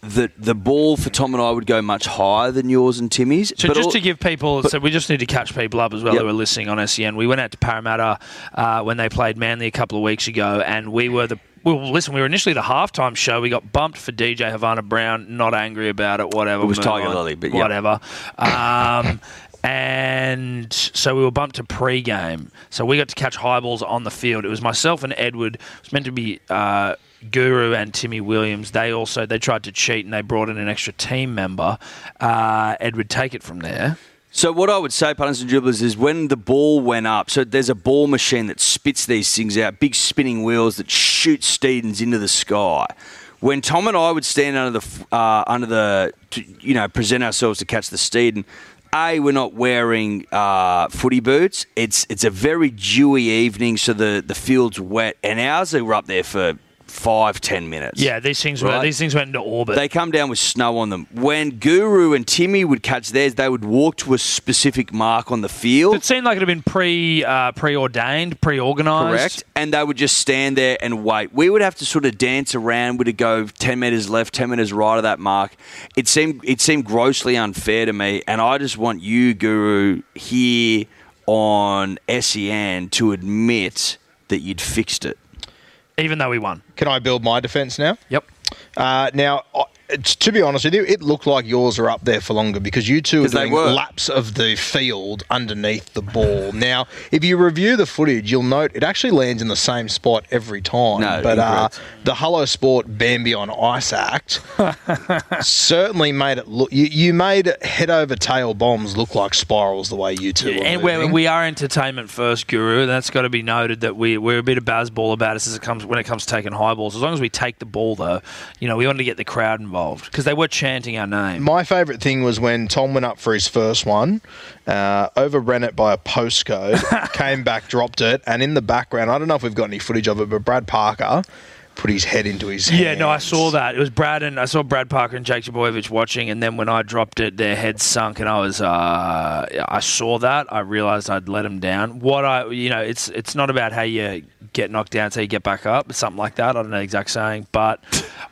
[SPEAKER 5] that the ball for Tom and I would go much higher than yours and Timmy's.
[SPEAKER 3] So
[SPEAKER 5] but
[SPEAKER 3] just
[SPEAKER 5] al-
[SPEAKER 3] to give people, so we just need to catch people up as well
[SPEAKER 5] Yep.
[SPEAKER 3] who are listening on SEN. We went out to Parramatta uh, when they played Manly a couple of weeks ago, and we were the well, listen. We were initially the halftime show. We got bumped for DJ Havana Brown. Not angry about it. Whatever.
[SPEAKER 5] It was
[SPEAKER 3] move
[SPEAKER 5] Tiger
[SPEAKER 3] on,
[SPEAKER 5] Lily, but yeah.
[SPEAKER 3] whatever. Um, and so we were bumped to pre-game. So we got to catch highballs on the field. It was myself and Edward. It was meant to be. Uh, Guru and Timmy Williams, they also they tried to cheat and they brought in an extra team member. Uh, Ed would take it from there.
[SPEAKER 5] So what I would say, punters and dribblers, is when the ball went up. So there's a ball machine that spits these things out, big spinning wheels that shoot Steedens into the sky. When Tom and I would stand under the f- uh, under the to, you know present ourselves to catch the Steeden, a we're not wearing uh, footy boots. It's it's a very dewy evening, so the the field's wet, and ours they were up there for five ten minutes.
[SPEAKER 3] Yeah, these things were
[SPEAKER 5] Right.
[SPEAKER 3] these things went into orbit.
[SPEAKER 5] They come down with snow on them. When Guru and Timmy would catch theirs, they would walk to a specific mark on the field.
[SPEAKER 3] it seemed like it had been pre uh, preordained, pre-organized.
[SPEAKER 5] Correct. And they would just stand there and wait. We would have to sort of dance around. Would it go ten meters left, ten meters right of that mark? It seemed it seemed grossly unfair to me. And I just want you, Guru, here on SEN to admit that you'd fixed it.
[SPEAKER 3] Even though we won.
[SPEAKER 4] Can I build my defence now?
[SPEAKER 3] Yep.
[SPEAKER 4] Uh, now, I- it's, to be honest with you, it looked like yours are up there for longer because you two are
[SPEAKER 5] 'Cause they
[SPEAKER 4] doing
[SPEAKER 5] were.
[SPEAKER 4] laps of the field underneath the ball. now, if you review the footage, you'll note it actually lands in the same spot every time.
[SPEAKER 5] No,
[SPEAKER 4] but uh,
[SPEAKER 5] incorrect.
[SPEAKER 4] the Hello Sport Bambi on Ice Act certainly made it look. You, you made head over tail bombs look like spirals the way you two. were
[SPEAKER 3] And where
[SPEAKER 4] moving.
[SPEAKER 3] we are entertainment first, Guru, and that's got to be noted that we we're a bit of basball about us as it comes when it comes to taking high balls. As long as we take the ball, though, you know, we wanted to get the crowd involved because they were chanting our name.
[SPEAKER 4] My favourite thing was when Tom went up for his first one, uh, overran it by a postcode, came back, dropped it, and in the background, I don't know if we've got any footage of it, but Brad Parker put his head into his
[SPEAKER 3] Yeah, no, I
[SPEAKER 4] hands.
[SPEAKER 3] saw that. It was Brad and I saw Brad Parker and Jake Jaboyevich watching, and then when I dropped it, their heads sunk, and I was, uh, I saw that. I realized I'd let them down. What I, you know, it's it's not about how you get knocked down, it's how you get back up, It's something like that. I don't know the exact saying, but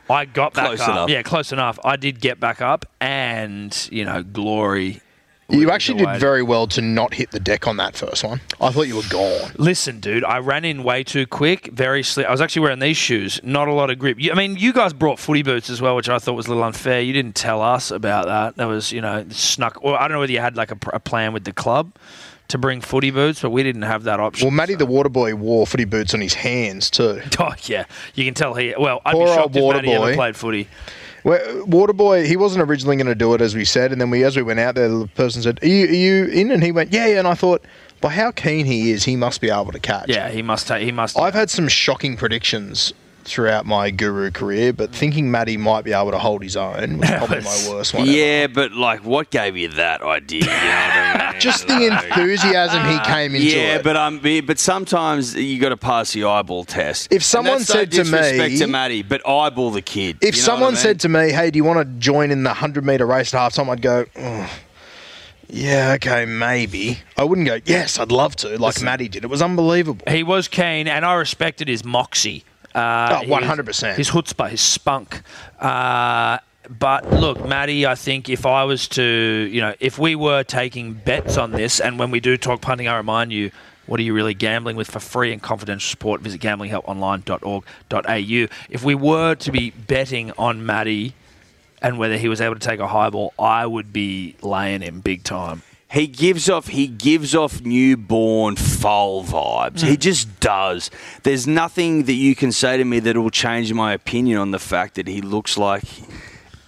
[SPEAKER 3] I got back
[SPEAKER 5] Close
[SPEAKER 3] up.
[SPEAKER 5] enough.
[SPEAKER 3] Yeah, close enough. I did get back up, and you know, glory.
[SPEAKER 4] You actually
[SPEAKER 3] away.
[SPEAKER 4] did very well to not hit the deck on that first one. I thought you were gone.
[SPEAKER 3] Listen, dude, I ran in way too quick, very slick. I was actually wearing these shoes, not a lot of grip. You, I mean, you guys brought footy boots as well, which I thought was a little unfair. You didn't tell us about that. That was, you know, snuck. Or I don't know whether you had like a, pr- a plan with the club to bring footy boots, but we didn't have that option.
[SPEAKER 4] Well, Matty the water boy wore footy boots on his hands too.
[SPEAKER 3] Oh, yeah, you can tell he. Well, I'd
[SPEAKER 4] Poor
[SPEAKER 3] be
[SPEAKER 4] old
[SPEAKER 3] shocked if
[SPEAKER 4] water
[SPEAKER 3] Matty ever
[SPEAKER 4] boy.
[SPEAKER 3] played footy.
[SPEAKER 4] Well, Water boy, he wasn't originally going to do it as we said, and then we as we went out there, the person said, "Are you, are you in?" And he went, "Yeah, yeah." And I thought, by how keen he is, he must be able to catch.
[SPEAKER 3] Yeah, he must. Ta- he must.
[SPEAKER 4] I've had some shocking predictions throughout my guru career, but thinking Matty might be able to hold his own was probably my worst one. ever.
[SPEAKER 5] Yeah, but like, what gave you that idea? You know what I mean?
[SPEAKER 4] Just the enthusiasm he came into
[SPEAKER 5] yeah,
[SPEAKER 4] it.
[SPEAKER 5] but um, be- but sometimes you got to pass the eyeball test.
[SPEAKER 4] If someone
[SPEAKER 5] And that's
[SPEAKER 4] said to
[SPEAKER 5] no disrespect
[SPEAKER 4] me-
[SPEAKER 5] to Matty, but eyeball the kid.
[SPEAKER 4] if someone said to me, "Hey, do you want to join in the hundred meter race at halftime?" I'd go, "Oh, "Yeah, okay, maybe." I wouldn't go, "Yes, I'd love to," like Matty did. It was unbelievable.
[SPEAKER 3] he was keen, and I respected his moxie. Uh,
[SPEAKER 4] Oh,
[SPEAKER 3] his-
[SPEAKER 4] 100%.
[SPEAKER 3] His chutzpah, his spunk. Uh, but look, Matty, I think if I was to, you know, if we were taking bets on this, and when we do talk punting, I remind you, what are you really gambling with for free and confidential support? Visit gamblinghelponline.org.au. If we were to be betting on Matty and whether he was able to take a high ball, I would be laying him big time.
[SPEAKER 5] He gives off he gives off newborn foal vibes.
[SPEAKER 4] Hmm.
[SPEAKER 5] He just does. There's nothing that you can say to me that will change my opinion on the fact that he looks like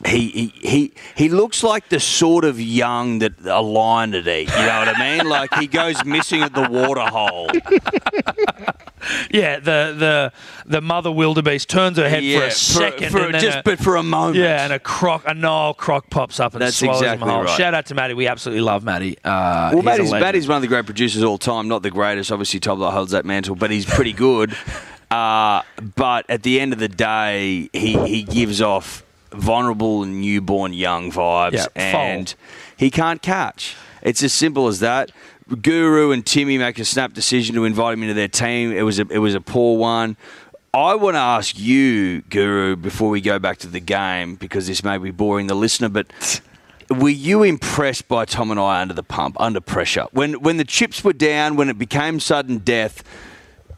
[SPEAKER 5] he, he he he looks like the sort of young that a lion would eat. You know what I mean? Like he goes missing at the water hole.
[SPEAKER 3] Yeah, the the the mother wildebeest turns her head
[SPEAKER 5] Yeah,
[SPEAKER 3] for
[SPEAKER 5] for-
[SPEAKER 3] a second,
[SPEAKER 5] for
[SPEAKER 3] and then
[SPEAKER 5] just-
[SPEAKER 3] a-
[SPEAKER 5] but for a moment.
[SPEAKER 3] Yeah, and a croc, a Nile croc pops up and
[SPEAKER 5] That's
[SPEAKER 3] swallows
[SPEAKER 5] exactly
[SPEAKER 3] him whole.
[SPEAKER 5] right.
[SPEAKER 3] Shout out to Maddie, we absolutely love Maddie. Uh,
[SPEAKER 5] well,
[SPEAKER 3] he's a
[SPEAKER 5] Matty's,
[SPEAKER 3] legend.
[SPEAKER 5] Matty's one of the great producers of all time. Not the greatest, obviously. Tom Lott holds that mantle, but he's pretty good. uh, but at the end of the day, he he gives off vulnerable and newborn young vibes,
[SPEAKER 3] Yeah,
[SPEAKER 5] and he can't catch. It's as simple as that. Guru and Timmy make a snap decision to invite him into their team. It was a, it was a poor one. I want to ask you, Guru, before we go back to the game, because this may be boring the listener, but were you impressed by Tom and I under the pump, under pressure? When when the chips were down, when it became sudden death,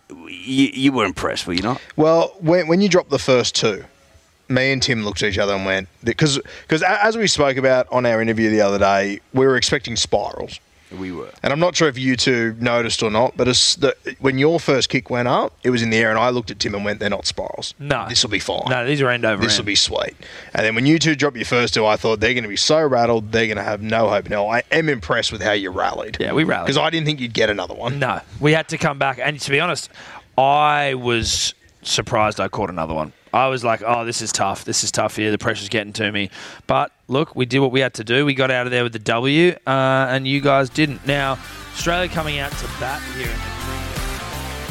[SPEAKER 5] you, you were impressed, were you not?
[SPEAKER 4] Well, when, when you dropped the first two, me and Tim looked at each other and went, because as we spoke about on our interview the other day, we were expecting spirals.
[SPEAKER 5] We were.
[SPEAKER 4] And I'm not sure if you two noticed or not, but as the, when your first kick went up, it was in the air, and I looked at Tim and went, they're not spirals.
[SPEAKER 3] No.
[SPEAKER 4] This will be fine.
[SPEAKER 3] No, these are end over
[SPEAKER 4] This
[SPEAKER 3] end.
[SPEAKER 4] will be sweet. And then when you two dropped your first two, I thought they're going to be so rattled, they're going to have no hope. Now, I am impressed with how you rallied.
[SPEAKER 3] Yeah, we rallied.
[SPEAKER 4] Because I didn't think you'd get another one.
[SPEAKER 3] No, we had to come back. And to be honest, I was surprised I caught another one. I was like, oh, this is tough. This is tough here. The pressure's getting to me. But look, we did what we had to do. We got out of there with the W, uh, and you guys didn't. Now, Australia coming out to bat here. in the-